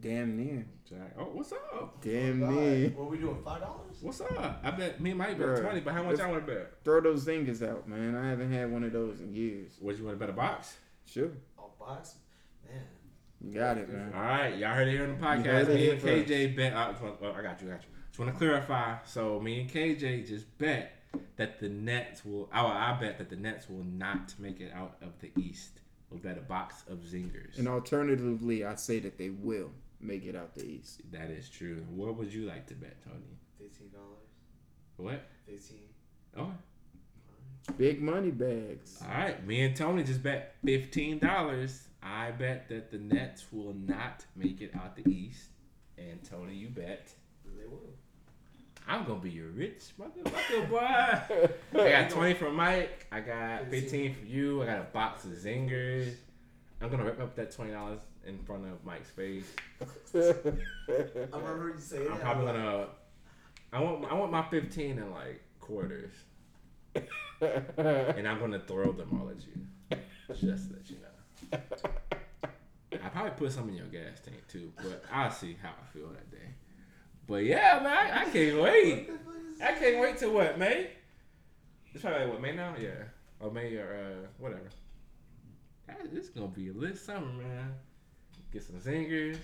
Speaker 4: Damn near.
Speaker 2: Jack- Oh, what's up?
Speaker 4: Damn
Speaker 3: Oh,
Speaker 4: near.
Speaker 3: What are we doing? Five dollars?
Speaker 2: What's up? I bet me and Mike bet
Speaker 4: Bruh,
Speaker 2: twenty, but how much
Speaker 4: it's-
Speaker 2: I want to bet?
Speaker 4: Throw those zingers out, man. I haven't had one of those in years.
Speaker 2: What you want to bet a box?
Speaker 4: Sure.
Speaker 3: A box? Man.
Speaker 4: You got it, man.
Speaker 2: All right, y'all heard it here on the
Speaker 4: You heard
Speaker 2: podcast.
Speaker 4: it
Speaker 2: Me
Speaker 4: here
Speaker 2: and KJ bet. I, just want- oh, I got you, I got you. Just want to clarify. So me and KJ just bet that the Nets will. Oh, I bet that the Nets will not make it out of the East. We'll bet a box of zingers.
Speaker 4: And alternatively, I say that they will make it out the East.
Speaker 2: that is true. What would you like to bet, Tony?
Speaker 3: Fifteen dollars?
Speaker 2: What?
Speaker 3: Fifteen?
Speaker 2: Oh,
Speaker 4: Big money bags.
Speaker 2: all right. Me and Tony just bet fifteen dollars. I bet that the Nets will not make it out the East. And Tony, you bet.
Speaker 3: They will.
Speaker 2: I'm gonna be your rich motherfucker, boy. I got 20 from Mike. I got 15 from you. I got a box of zingers. I'm gonna rip up that twenty dollars in front of Mike's face.
Speaker 3: I remember you saying
Speaker 2: I'm
Speaker 3: that.
Speaker 2: probably
Speaker 3: I'm like,
Speaker 2: gonna. I want I want my 15 in like quarters, and I'm gonna throw them all at you. Just to let you know. I probably put some in your gas tank too, but I'll see how I feel that day. But yeah, man, I, I can't wait. I can't wait till what May? It's probably what May now, yeah, or May or uh, whatever. That- It's gonna be a lit summer, man. Get some zingers,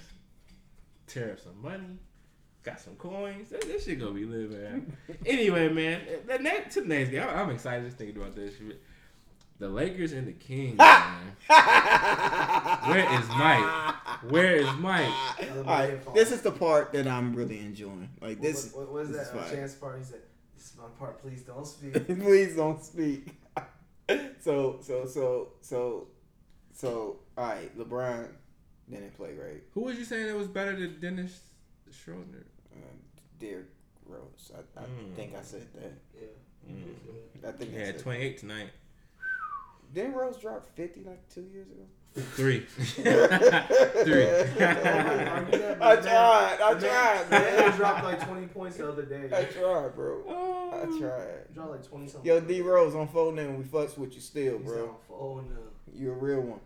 Speaker 2: tear up some money, got some coins. This, this shit gonna be lit, man. anyway, man, the next to the next game, I'm excited just thinking about this shit. The Lakers and the Kings, man. Where is Mike? Where is Mike?
Speaker 4: All right, this is the part that I'm really enjoying. Like this,
Speaker 5: What, what, what was
Speaker 4: this
Speaker 5: that
Speaker 4: is
Speaker 5: uh,
Speaker 4: fine.
Speaker 5: chance part? He said, "This is my part. Please don't speak."
Speaker 4: please don't speak. so, so, so, so, so. All right, LeBron didn't play right.
Speaker 2: Who was you saying that was better than Dennis Schroeder?
Speaker 4: Um, Derrick Rose. I, I
Speaker 2: Mm.
Speaker 4: think I said that.
Speaker 5: yeah.
Speaker 4: I think
Speaker 2: He
Speaker 4: I
Speaker 2: had
Speaker 4: said
Speaker 2: 28 tonight.
Speaker 4: Didn't Rose drop fifty like two years ago?
Speaker 2: Three. Oh, Three.
Speaker 4: I tried. I tried,
Speaker 5: Man,
Speaker 4: man.
Speaker 5: he dropped like 20 points the other day.
Speaker 4: I tried, bro. I
Speaker 2: Oh.
Speaker 4: tried.
Speaker 5: He dropped like 20 something.
Speaker 4: Yo, D Rose, I'm folding and we fucks with you still,
Speaker 5: He's
Speaker 4: bro.
Speaker 5: on phone now.
Speaker 4: You a real one.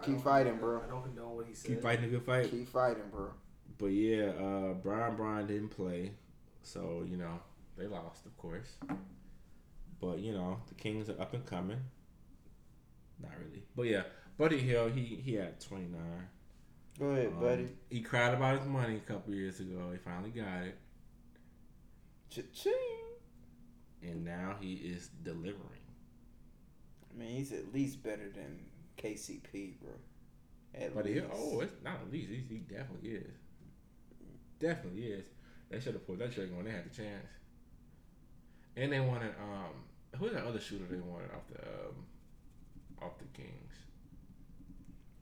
Speaker 5: I
Speaker 4: Keep
Speaker 5: don't-
Speaker 4: fighting, bro.
Speaker 5: I don't condone what he said.
Speaker 2: Keep fighting a good fight.
Speaker 4: Keep fighting, bro.
Speaker 2: But yeah, uh, Brian Brian didn't play, so you know they lost, of course. But you know the Kings are up and coming. Not really, but yeah, Buddy Hill he he had twenty nine.
Speaker 4: Go ahead,
Speaker 2: Um,
Speaker 4: buddy.
Speaker 2: He cried about his money a couple years ago. He finally got it,
Speaker 4: Cha-ching.
Speaker 2: and now he is delivering.
Speaker 4: I mean, he's at least better than KCP, bro. At
Speaker 2: Buddy Hill,
Speaker 4: least.
Speaker 2: oh, it's not at least he, he definitely is. Definitely is. They should have pulled that trigger when they had the chance. And they wanted um who's that other shooter they wanted off the um, off the Kings?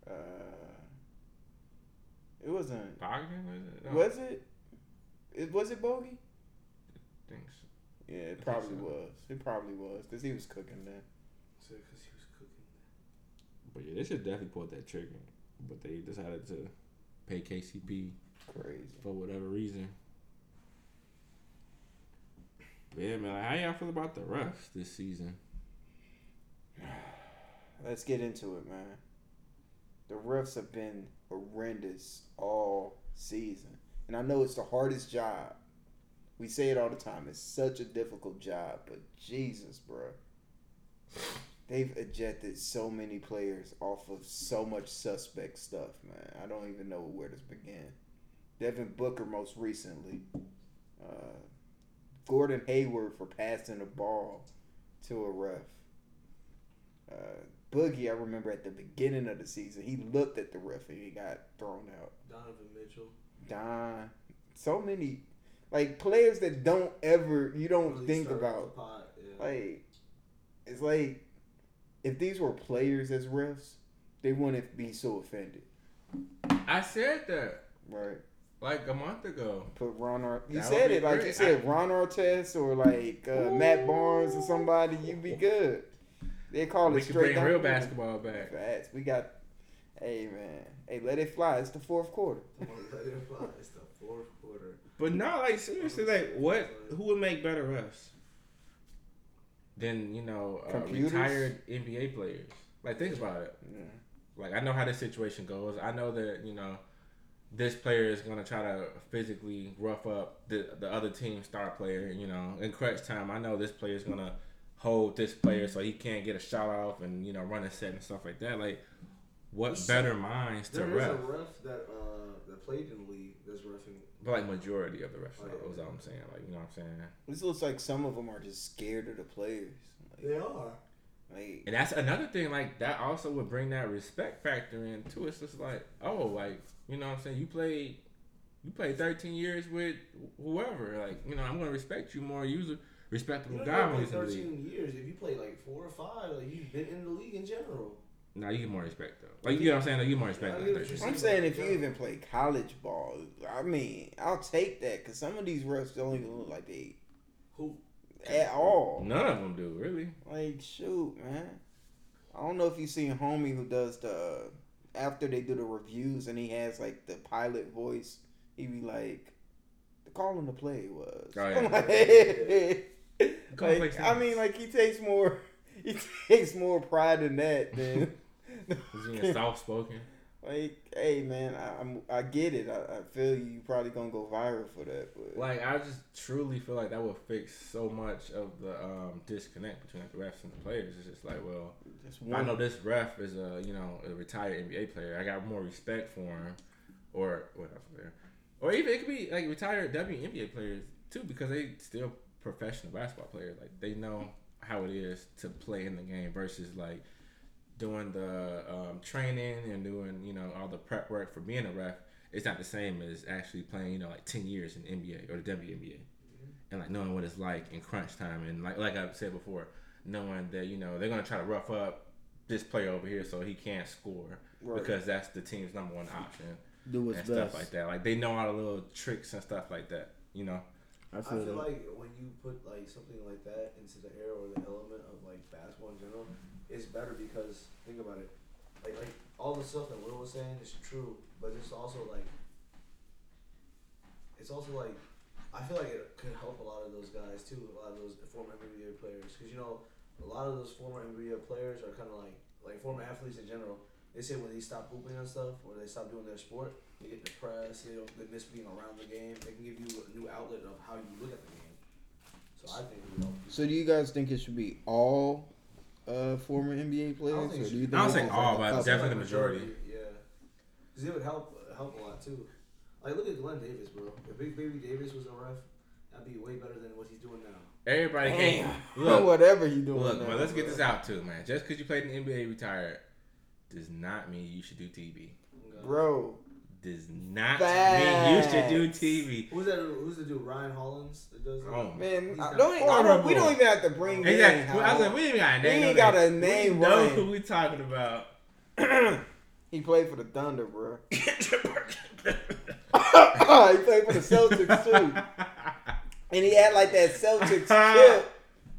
Speaker 4: Uh, it wasn't.
Speaker 2: Bogdan was it? No,
Speaker 4: Was it? It was it Bogey?
Speaker 2: I think so.
Speaker 4: Yeah,
Speaker 2: think
Speaker 4: it probably
Speaker 2: so.
Speaker 4: was. It probably was because he was cooking then.
Speaker 5: So, 'cause he was cooking.
Speaker 2: But yeah, they should definitely pull that trigger. But they decided to pay KCP
Speaker 4: Crazy.
Speaker 2: for whatever reason. But yeah, man, how y'all feel about the refs this season?
Speaker 4: Let's get into it, man. The refs have been horrendous all season. And I know it's the hardest job. We say it all the time. It's such a difficult job, but Jesus, bro. They've ejected so many players off of so much suspect stuff, man. I don't even know where this began. Devin Booker most recently. Uh, Gordon Hayward for passing the ball to a ref. Uh, Boogie, I remember at the beginning of the season, he looked at the ref and he got thrown out.
Speaker 5: Donovan Mitchell.
Speaker 4: Don, so many like players that don't ever you don't
Speaker 5: Really
Speaker 4: think
Speaker 5: started the
Speaker 4: about.
Speaker 5: pot, yeah.
Speaker 4: Like it's like if these were players as refs, they wouldn't be so offended,
Speaker 2: I said that
Speaker 4: right?
Speaker 2: like a month ago.
Speaker 4: Put Ron Ar- you
Speaker 2: That would
Speaker 4: said
Speaker 2: be
Speaker 4: it like you
Speaker 2: great.
Speaker 4: said Ron Artest or like uh, Matt Barnes or somebody, you'd be good. They call it
Speaker 2: We can
Speaker 4: straight
Speaker 2: bring
Speaker 4: down.
Speaker 2: real basketball back.
Speaker 4: Facts. We got. Hey man, hey, let it fly. It's the fourth quarter.
Speaker 5: Come on, let it fly. It's the fourth quarter.
Speaker 2: But no, like seriously, like what? Who would make better refs than you know uh,
Speaker 4: Computers?
Speaker 2: retired NBA players? Like think about it.
Speaker 4: Yeah.
Speaker 2: Like I know how this situation goes. I know that you know this player is gonna try to physically rough up the the other team star player. You know, in crunch time, I know this player is gonna hold this player so he can't get a shot off and you know run a set and stuff like that. Like what better minds to
Speaker 5: There is
Speaker 2: ref?
Speaker 5: a ref that uh that played in the league that's refing.
Speaker 2: But like majority of the refs,
Speaker 5: Oh, yeah.
Speaker 2: was all I'm saying. Like you know what I'm saying.
Speaker 4: This looks like some of them are just scared of the players. Like,
Speaker 5: They are.
Speaker 4: like
Speaker 2: And that's another thing, like that also would bring that respect factor in too. It's just like, oh, like, you know what I'm saying? You played you played thirteen years with whoever. Like, you know, I'm gonna respect you more. You was a
Speaker 5: You
Speaker 2: respectable
Speaker 5: don't
Speaker 2: guy
Speaker 5: gotta
Speaker 2: when
Speaker 5: play
Speaker 2: you was in the
Speaker 5: 13
Speaker 2: league.
Speaker 5: years. If you play like four or five, like you've been in the league in general.
Speaker 2: Now you get more respect though. Like you know what I'm saying? Like, you get more respect
Speaker 5: Yeah, I
Speaker 2: than
Speaker 5: get what
Speaker 2: 13.
Speaker 5: you're
Speaker 4: I'm saying, if you even play college ball, I mean, I'll take that because some of these refs don't even look like they
Speaker 5: Who?
Speaker 4: at all.
Speaker 2: None of them do really.
Speaker 4: Like shoot, man. I don't know if you seen homie who does the uh, after they do the reviews and he has like the pilot voice. He be like, "The call on the play was."
Speaker 2: Oh, yeah.
Speaker 4: Like-
Speaker 2: Call the play
Speaker 4: like, I
Speaker 2: stands.
Speaker 4: mean, like he takes more he takes more pride in that than
Speaker 2: He's being soft spoken.
Speaker 4: Like, hey man, I, I'm I get it. I, I feel you. You probably gonna go viral for that, but
Speaker 2: Like I just truly feel like that would fix so much of the um, disconnect between like, the refs and the players. It's just like, well,
Speaker 4: just
Speaker 2: I
Speaker 4: one.
Speaker 2: know this ref is a you know a retired NBA player. I got more respect for him, or what else there, or even it could be like retired WNBA players too because they still professional basketball players. Like they know how it is to play in the game versus like doing the um, training and doing you know all the prep work for being a ref. It's not the same as actually playing you know like ten years in the NBA or the WNBA and like knowing what it's like in crunch time and like like I said before, knowing that you know they're gonna try to rough up this player over here so he can't score
Speaker 4: Right.
Speaker 2: because that's the team's number one option
Speaker 6: Do
Speaker 2: and
Speaker 6: what's
Speaker 2: stuff
Speaker 6: best.
Speaker 2: like that. Like they know all the little tricks and stuff like that. You know,
Speaker 6: I
Speaker 3: I
Speaker 6: feel, that.
Speaker 3: feel like when you put like something like that into the air or the element of like basketball in general, it's better because think about it, like like all the stuff that Will was saying is true, but it's also like it's also like I feel like it could help a lot of those guys too, a lot of those former NBA players, because you know a lot of those former NBA players are kind of like like former athletes in general. They say when they stop hooping and stuff, or they stop doing their sport, they get depressed. They don't, they miss being around the game. They can give you a new outlet of how you look at the game. So I think we all.
Speaker 4: So do you guys think it should be all uh, former NBA players?
Speaker 3: think it
Speaker 4: or
Speaker 3: should-
Speaker 4: do you think
Speaker 3: I
Speaker 2: don't
Speaker 4: it's
Speaker 2: think
Speaker 4: just
Speaker 2: all,
Speaker 4: a
Speaker 2: but
Speaker 4: couple?
Speaker 2: definitely- the majority.
Speaker 3: Yeah, because it would help help a lot too. Like look at Glenn Davis, bro. If Big Baby Davis was a ref, that'd be way better than what he's doing now.
Speaker 2: everybody can
Speaker 4: Look,
Speaker 2: look.
Speaker 4: whatever he doing.
Speaker 2: Look,
Speaker 4: now,
Speaker 2: man, let's get
Speaker 4: bro.
Speaker 2: this out too, man. Just because you played in the NBA retired does not mean you should do TV.
Speaker 4: bro.
Speaker 2: Does not mean you should
Speaker 4: Facts.
Speaker 2: do TV.
Speaker 3: Who's that? Who's the dude? Ryan Hollins that does. that?
Speaker 2: Oh,
Speaker 4: Man,
Speaker 3: He's
Speaker 4: I
Speaker 3: not
Speaker 4: don't, I don't- we
Speaker 2: horrible.
Speaker 4: don't even have to bring in
Speaker 2: Exactly. I
Speaker 4: how-
Speaker 2: was like, we ain't got a
Speaker 4: We
Speaker 2: name.
Speaker 4: ain't
Speaker 2: on
Speaker 4: got
Speaker 2: that.
Speaker 4: a name
Speaker 2: We know
Speaker 4: right.
Speaker 2: who we talking about.
Speaker 4: He played for the Thunder, bro. he
Speaker 2: he
Speaker 4: played for the Celtics too, and he had like that Celtics chip.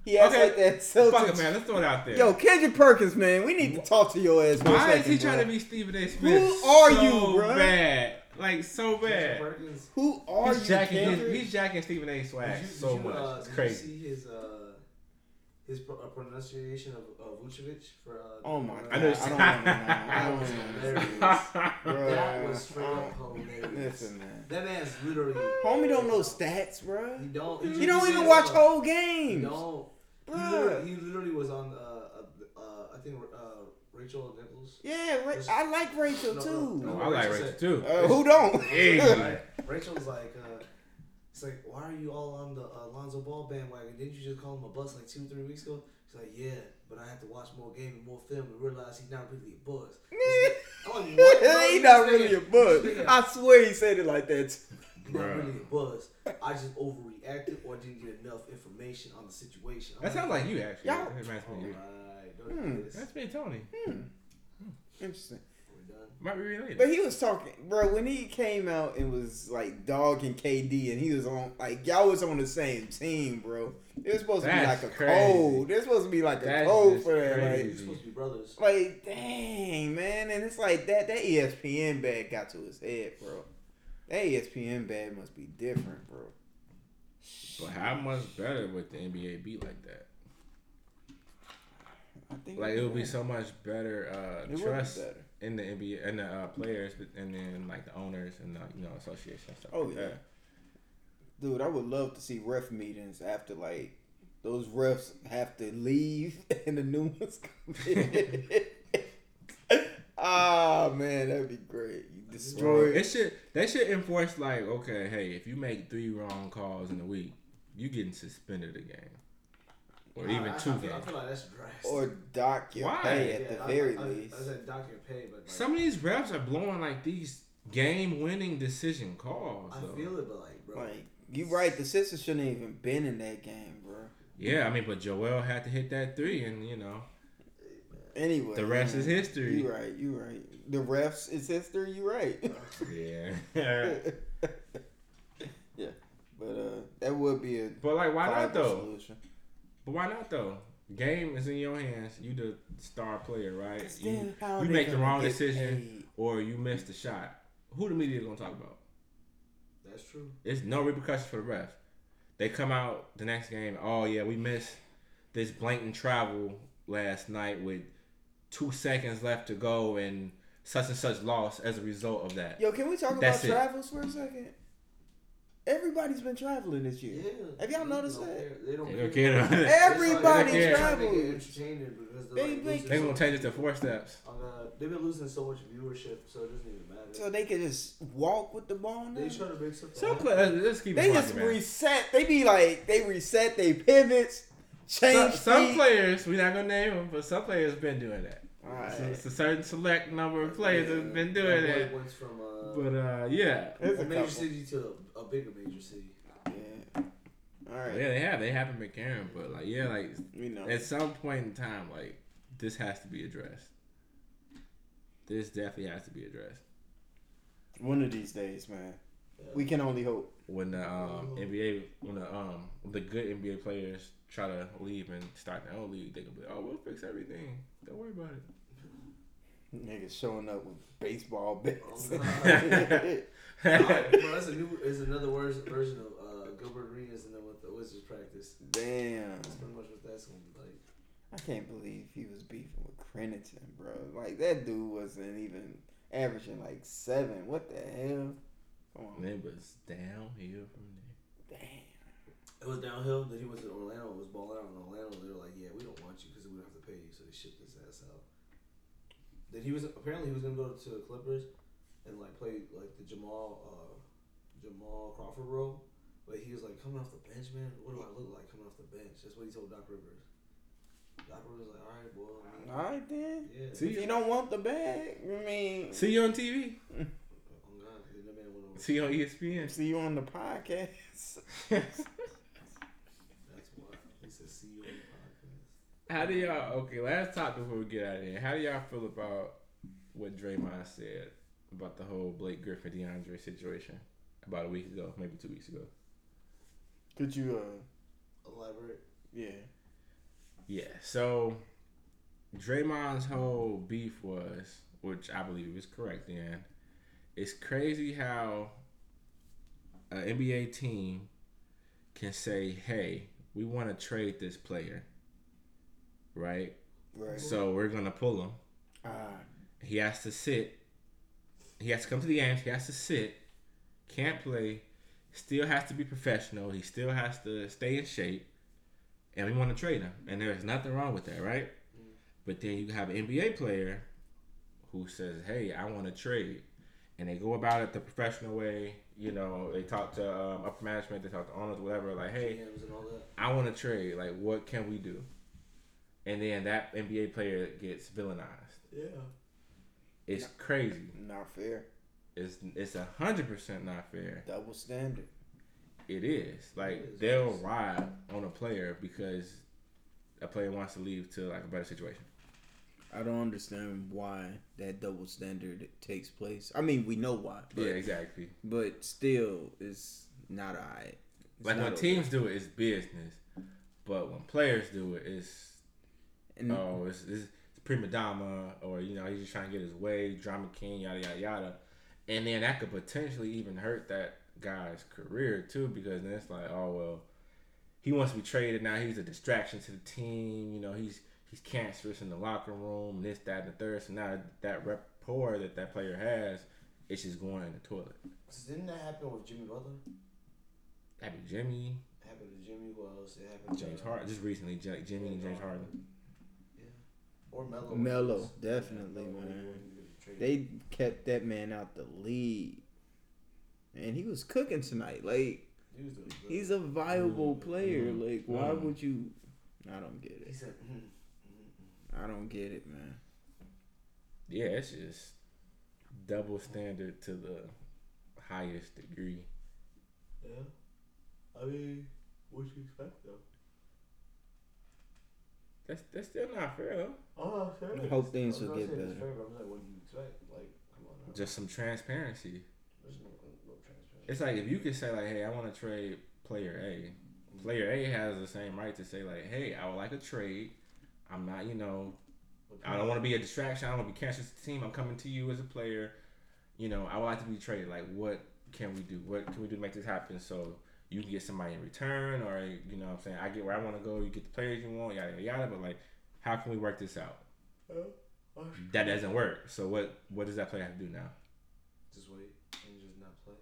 Speaker 4: He had
Speaker 2: Okay,
Speaker 4: like that
Speaker 2: Fuck
Speaker 4: Celtics.
Speaker 2: it, man. Let's throw it out there.
Speaker 4: Yo, Kendrick Perkins, man, we need to talk to your ass. for a
Speaker 2: why is
Speaker 4: second,
Speaker 2: he
Speaker 4: bro.
Speaker 2: trying to be Stephen A. Smith?
Speaker 4: uh, are
Speaker 2: so
Speaker 4: you, bruh?
Speaker 2: Bad, like so
Speaker 3: Jason
Speaker 2: bad.
Speaker 3: Perkins.
Speaker 4: Who are
Speaker 2: He's
Speaker 4: you,
Speaker 2: jacking, his,
Speaker 4: Kendrick?
Speaker 2: he's jacking Stephen A. swag
Speaker 3: Did you,
Speaker 2: so
Speaker 3: did you,
Speaker 2: much.
Speaker 3: Uh,
Speaker 2: it's
Speaker 3: did
Speaker 2: crazy.
Speaker 3: You see his uh, his pro- uh, pronunciation of uh, Vucevic for. Uh,
Speaker 4: Oh my god!
Speaker 2: I
Speaker 4: I,
Speaker 2: know
Speaker 4: know
Speaker 2: it's-
Speaker 4: I don't want to know. I don't want to know.
Speaker 3: That was hilarious.
Speaker 4: Bro,
Speaker 3: that was straight up
Speaker 4: uh,
Speaker 3: hilarious.
Speaker 4: Listen, man.
Speaker 3: That man's literally.
Speaker 4: Homie don't know stats, bro.
Speaker 3: He don't.
Speaker 4: He don't
Speaker 3: just
Speaker 4: even
Speaker 3: said,
Speaker 4: watch
Speaker 3: uh,
Speaker 4: whole
Speaker 3: He
Speaker 4: games,
Speaker 3: don't. He
Speaker 4: bro.
Speaker 3: literally, he literally was on. Uh, uh, uh, I think uh, Rachel Nichols.
Speaker 4: Yeah, Ra- I like Rachel
Speaker 3: No,
Speaker 4: too.
Speaker 2: oh, I like Rachel too.
Speaker 4: Uh, who don't?
Speaker 2: Yeah.
Speaker 3: Rachel's like. Uh, it's like, why are you all on the uh, Lonzo Ball bandwagon? Didn't you just call him a bust like two, three weeks ago? She's like, yeah, but I had to watch more game and more film and realize he's not really a bust. I'm like, what? No,
Speaker 4: he
Speaker 3: he's
Speaker 4: not
Speaker 3: just
Speaker 4: really a
Speaker 3: saying-
Speaker 4: bug.
Speaker 3: he's just saying,
Speaker 4: I swear he said it like that.
Speaker 3: "He's not
Speaker 2: Bruh.
Speaker 3: really a buzz. I just overreacted or didn't get enough information on the situation. I'm
Speaker 2: That sounds like you actually.
Speaker 4: Y'all-
Speaker 2: It reminds me of you.
Speaker 3: Alright, don't
Speaker 4: Oh, Hmm.
Speaker 3: do this.
Speaker 2: That's me, Tony.
Speaker 4: Interesting.
Speaker 3: We're done.
Speaker 2: Might be related.
Speaker 4: But he was talking, bro. When he came out and was like dogging KD, and he was on like y'all was on the same team, bro. It was supposed
Speaker 2: That's
Speaker 4: to be like a
Speaker 2: crazy.
Speaker 4: cold. It was supposed to be like a
Speaker 2: That's
Speaker 4: cold
Speaker 2: just
Speaker 4: for that.
Speaker 2: crazy.
Speaker 3: We're supposed to be brothers.
Speaker 4: Like, like, dang, man. And it's like that. E That ESPN bag got to his head, bro. That E ESPN bag must be different, bro.
Speaker 2: But how much better would the NBA be like that?
Speaker 4: I think
Speaker 2: Like it would be so much better
Speaker 4: It
Speaker 2: uh,
Speaker 4: would be
Speaker 2: trust
Speaker 4: better.
Speaker 2: in the NBA and the uh, players, but- and then like the owners and the you know association and stuff.
Speaker 4: Oh,
Speaker 2: like
Speaker 4: yeah.
Speaker 2: that.
Speaker 4: Dude, I would love to see ref meetings after like those refs have to leave and the new ones come in. ah man, that'd be great. You destroy
Speaker 2: It should they should enforce like okay, hey, if you make three wrong calls in a week, you getting suspended a game, or even
Speaker 3: I, I,
Speaker 2: two
Speaker 3: I, feel- I
Speaker 2: games.
Speaker 3: feel like that's drastic.
Speaker 4: or dock your
Speaker 2: Why?
Speaker 4: pay at
Speaker 3: Yeah,
Speaker 4: the
Speaker 3: I-
Speaker 4: very
Speaker 3: I, I,
Speaker 4: least.
Speaker 3: I said dock your pay, but like,
Speaker 2: Some of these refs are blowing like these game-winning decision calls.
Speaker 3: I
Speaker 2: though.
Speaker 3: feel it, but like, bro.
Speaker 4: like you right, the sisters shouldn't even been in that game, bro.
Speaker 2: yeah, I mean, but Joel had to hit that three, and you know
Speaker 4: Anyway,
Speaker 2: the rest
Speaker 4: man,
Speaker 2: is history.
Speaker 4: You right, you right. The refs is history. You right.
Speaker 2: Yeah,
Speaker 4: yeah, but uh, that would be a
Speaker 2: but like, why not
Speaker 4: viable
Speaker 2: though?
Speaker 4: solution.
Speaker 2: But why not though? Game is in your hands. You the star player, right? You,
Speaker 4: Then how
Speaker 2: you
Speaker 4: they
Speaker 2: make the
Speaker 4: gonna
Speaker 2: wrong
Speaker 4: get
Speaker 2: decision
Speaker 4: paid?
Speaker 2: or you miss the shot. Who the media gonna talk about?
Speaker 3: That's true.
Speaker 2: There's no repercussions for the refs. They come out the next game. Oh yeah, we missed this blatant travel last night with two seconds left to go and such and such loss as a result of that.
Speaker 4: Yo, can we talk
Speaker 2: That's
Speaker 4: about
Speaker 2: it.
Speaker 4: travels for a second? Everybody's been traveling this year. Have y'all
Speaker 3: they
Speaker 4: noticed
Speaker 3: don't
Speaker 4: that?
Speaker 3: care. They don't
Speaker 2: They
Speaker 3: care.
Speaker 2: don't care.
Speaker 3: It's like-
Speaker 4: Everybody
Speaker 3: they're trying to make it
Speaker 4: travels.
Speaker 3: entertaining because the,
Speaker 4: They
Speaker 3: like,
Speaker 4: make-
Speaker 3: losers-
Speaker 2: They're gonna change it to four steps.
Speaker 3: Oh, God. They've been losing so much viewership, so it doesn't even matter.
Speaker 4: So they can just walk with the ball now.
Speaker 3: they try to make something.
Speaker 2: Some players, let's keep
Speaker 4: They
Speaker 2: it
Speaker 4: just
Speaker 2: funky, man.
Speaker 4: reset. They be like they reset. They pivots.
Speaker 2: Some,
Speaker 4: Change.
Speaker 2: some
Speaker 4: feet.
Speaker 2: players, we're not gonna name them, but some players been doing that.
Speaker 4: Alright.
Speaker 2: So it's a certain select number of players that's been
Speaker 3: That
Speaker 2: doing
Speaker 3: boy
Speaker 2: that.
Speaker 3: Went from uh,
Speaker 2: But uh, yeah,
Speaker 4: There's
Speaker 3: a
Speaker 4: a
Speaker 3: major
Speaker 4: couple.
Speaker 3: city to a, a bigger major city.
Speaker 4: Yeah. All right.
Speaker 2: yeah, they have. They haven't been caring, but like, yeah, like
Speaker 4: We know.
Speaker 2: at some point in time, like this has to be addressed. This definitely has to be addressed.
Speaker 4: One of these days, man.
Speaker 3: Yeah.
Speaker 4: We can only hope.
Speaker 2: When the um, NBA, when the um, the good NBA players try to leave and start their own league, they can be, like, oh, we'll fix everything. Don't worry about it.
Speaker 4: Niggas showing up with baseball bats.
Speaker 3: Oh, All right,
Speaker 2: Damn,
Speaker 3: well, that's a new, is another worse version of uh, Gilbert Arenas and then what the Wizards practice.
Speaker 4: Damn.
Speaker 3: That's pretty much what that's gonna be like.
Speaker 4: I can't believe he was beefing with Crenton, bro. Like that dude wasn't even averaging like seven. What the hell? Come on.
Speaker 2: it was downhill from there.
Speaker 4: Damn.
Speaker 3: It was downhill. Then he went to Orlando. Was balling out in Orlando. They were like, "Yeah, we don't want you because we don't have to pay you." So they shipped his ass out. Then he was apparently he was gonna go to the Clippers and like play like the Jamal uh, Jamal Crawford role, but he was like coming off the bench, man. What do I look like coming off the bench? That's what he told Doc Rivers. Doc Rivers was like, "All right, boy." I mean,
Speaker 4: All right then.
Speaker 3: yeah.
Speaker 2: See-
Speaker 4: If you don't want the bag, I mean,
Speaker 2: See you on TV.
Speaker 3: Oh God, that man went over.
Speaker 2: See you on E ESPN.
Speaker 4: see you on the podcast.
Speaker 3: That's why he said, "See you on the podcast."
Speaker 2: How do y'all okay? Last topic before we get out of here. How do y'all feel about what Draymond said about the whole Blake Griffin DeAndre situation about a week ago, maybe two weeks ago?
Speaker 4: Could you, uh,
Speaker 3: Elaborate.
Speaker 4: yeah.
Speaker 2: Yeah. So Draymond's whole beef was, which I believe he was correct in, it's crazy how an NBA team can say, "Hey, we want to trade this player," right?
Speaker 4: Right.
Speaker 2: So we're gonna pull him.
Speaker 4: Ah,
Speaker 2: He has to sit. He has to come to the games. He has to sit. Can't play. Still has to be professional. He still has to stay in shape. And we want to trade him. And there's nothing wrong with that, right? But then you have an NBA player who says, hey, I want to trade. And they go about it the professional way. You know, they talk to um, upper management, they talk to owners, whatever. Like, hey,
Speaker 3: DMs and all that.
Speaker 2: I want to trade. Like, what can we do? And then that NBA player gets villainized.
Speaker 3: Yeah.
Speaker 2: It's crazy.
Speaker 4: not fair.
Speaker 2: It's it's a hundred percent not fair.
Speaker 4: Double standard.
Speaker 2: It is like
Speaker 3: It is.
Speaker 2: they'll ride on a player because a player wants to leave to like a better situation.
Speaker 7: I don't understand why that double standard takes place. I mean, we know why, but
Speaker 2: yeah, exactly.
Speaker 7: but still, it's not alright. It's
Speaker 2: Like
Speaker 7: not
Speaker 2: when
Speaker 7: okay.
Speaker 2: teams do it, it's business, but when players do it, it's
Speaker 4: Mm-hmm.
Speaker 7: And-
Speaker 2: oh, it's, it's prima donna, or you know, he's just trying to get his way, drama king, yada yada yada, and then that could potentially even hurt that guy's career too, because then it's like, oh well, he wants to be traded now. He's a distraction to the team. You know, he's he's cancerous in the locker room, this, that, and the third. So now that rapport that that player has, it's just going in the toilet.
Speaker 3: Cause didn't that happen with Jimmy Butler?
Speaker 2: That'd be Jimmy,
Speaker 3: It happened to Jimmy. Who else? It happened to
Speaker 2: James Harden, just recently, J- Jimmy and James Harden.
Speaker 3: Or Melo.
Speaker 7: Melo, definitely,
Speaker 3: Melo,
Speaker 7: man.
Speaker 3: when he was traded.
Speaker 7: They kept that man out the lead. And he was cooking tonight. Like
Speaker 3: He was doing good.
Speaker 7: he's a viable player.
Speaker 2: mm,
Speaker 7: Like why
Speaker 2: mm.
Speaker 7: would you I don't get
Speaker 3: He
Speaker 7: it.
Speaker 3: said, mm, mm,
Speaker 7: I don't get it, man.
Speaker 2: Yeah, it's just double standard to the highest degree.
Speaker 3: mm. yeah. I mean, what you expect though?
Speaker 2: That's that's still not fair though.
Speaker 3: Oh, I'm serious.
Speaker 7: I hope things
Speaker 3: I'm
Speaker 7: will
Speaker 3: not
Speaker 7: get
Speaker 3: saying it's
Speaker 7: better.
Speaker 3: fair, but I'm like, what do you expect? Like, come on. Now.
Speaker 2: Just some transparency.
Speaker 3: There's no, no transparency.
Speaker 2: It's like if you could say like, hey, I want to trade player A. Player A has the same right to say like, hey, I would like a trade. I'm not, you know, I don't want to be a distraction. I don't want to be cancerous to the team. I'm coming to you as a player. You know, I would like to be traded. Like, what can we do? What can we do to make this happen? So you can get somebody in return, or you know, what I'm saying I get where I want to go. You get the players you want, yada yada yada. But like, how can we work this out?
Speaker 3: Oh,
Speaker 2: That doesn't work. So what what does that player have to do now?
Speaker 5: Just wait and just not play.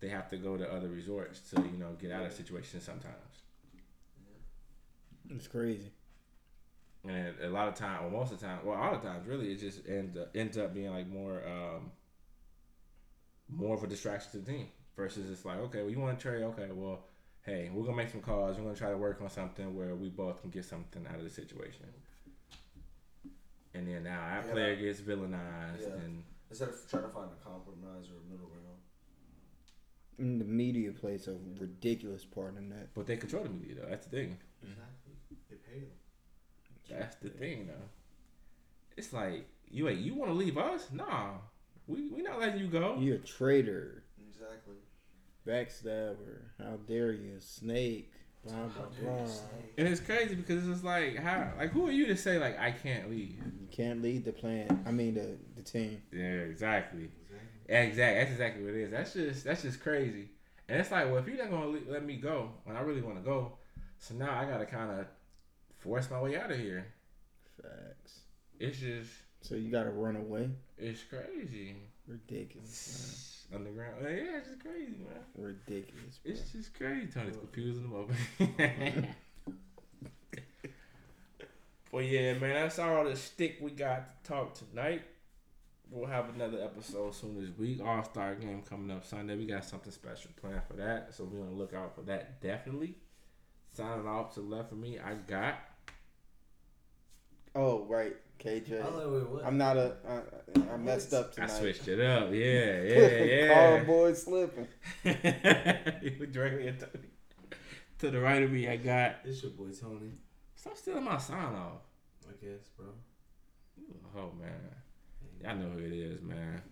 Speaker 2: They have to go to other resorts to you know get out of situations sometimes.
Speaker 4: It's crazy.
Speaker 2: And a lot of time, or most of the time, well, all the times really, it just ends up, ends up being like more um, more of a distraction to the team versus it's like okay, well, you want to trade? Okay, well, hey, we're gonna make some calls. We're gonna try to work on something where we both can get something out of the situation. And then now our
Speaker 5: Yeah.
Speaker 2: player gets villainized
Speaker 5: Yeah.
Speaker 2: and
Speaker 5: Instead of trying to find a compromise or a middle ground.
Speaker 4: And the media plays a ridiculous part in that.
Speaker 2: but they control the media though. That's the thing.
Speaker 4: Mm-hmm.
Speaker 5: Exactly. They pay them.
Speaker 2: That's the thing, though. It's like you ain't you want to leave us? Nah, we we not letting you go.
Speaker 4: You're a traitor,
Speaker 5: Exactly.
Speaker 4: backstabber. How dare you, snake? Blah
Speaker 5: How
Speaker 4: blah
Speaker 5: dare
Speaker 4: blah.
Speaker 5: you say?
Speaker 2: And it's crazy because it's just like how like who are you to say like I can't leave?
Speaker 4: You can't lead the plan. I mean the the team.
Speaker 2: Yeah, exactly. Exactly. That's exactly what it is. That's just that's just crazy. And it's like, well, if you're not gonna le- let me go when I really want to go, so now I gotta kind of force my way out of here.
Speaker 4: Facts.
Speaker 2: It's just
Speaker 4: So you gotta run away.
Speaker 2: it's crazy.
Speaker 4: Ridiculous.
Speaker 2: Underground. Like, yeah, it's just crazy, man.
Speaker 4: Man. Ridiculous. Bro.
Speaker 2: It's just crazy. Tony's confusing them over. well, yeah, man, that's all the stick we got to talk tonight. We'll have another episode soon this week. All Star game coming up Sunday. We got something special planned for that, so we're gonna look out for that definitely. Signing off to the left of me, I got.
Speaker 4: Oh right,
Speaker 3: I
Speaker 4: KJ.
Speaker 3: thought we would.
Speaker 4: I'm not a. I, I messed up
Speaker 2: I
Speaker 4: tonight.
Speaker 2: switched it up. Yeah,
Speaker 4: Cardboard slipping.
Speaker 2: yeah, yeah. you look directly at Tony. To the right of me, I got.
Speaker 3: It's your boy Tony.
Speaker 2: Stop stealing my sign off.
Speaker 3: I guess, bro.
Speaker 2: Oh man, y'all know who it is, man.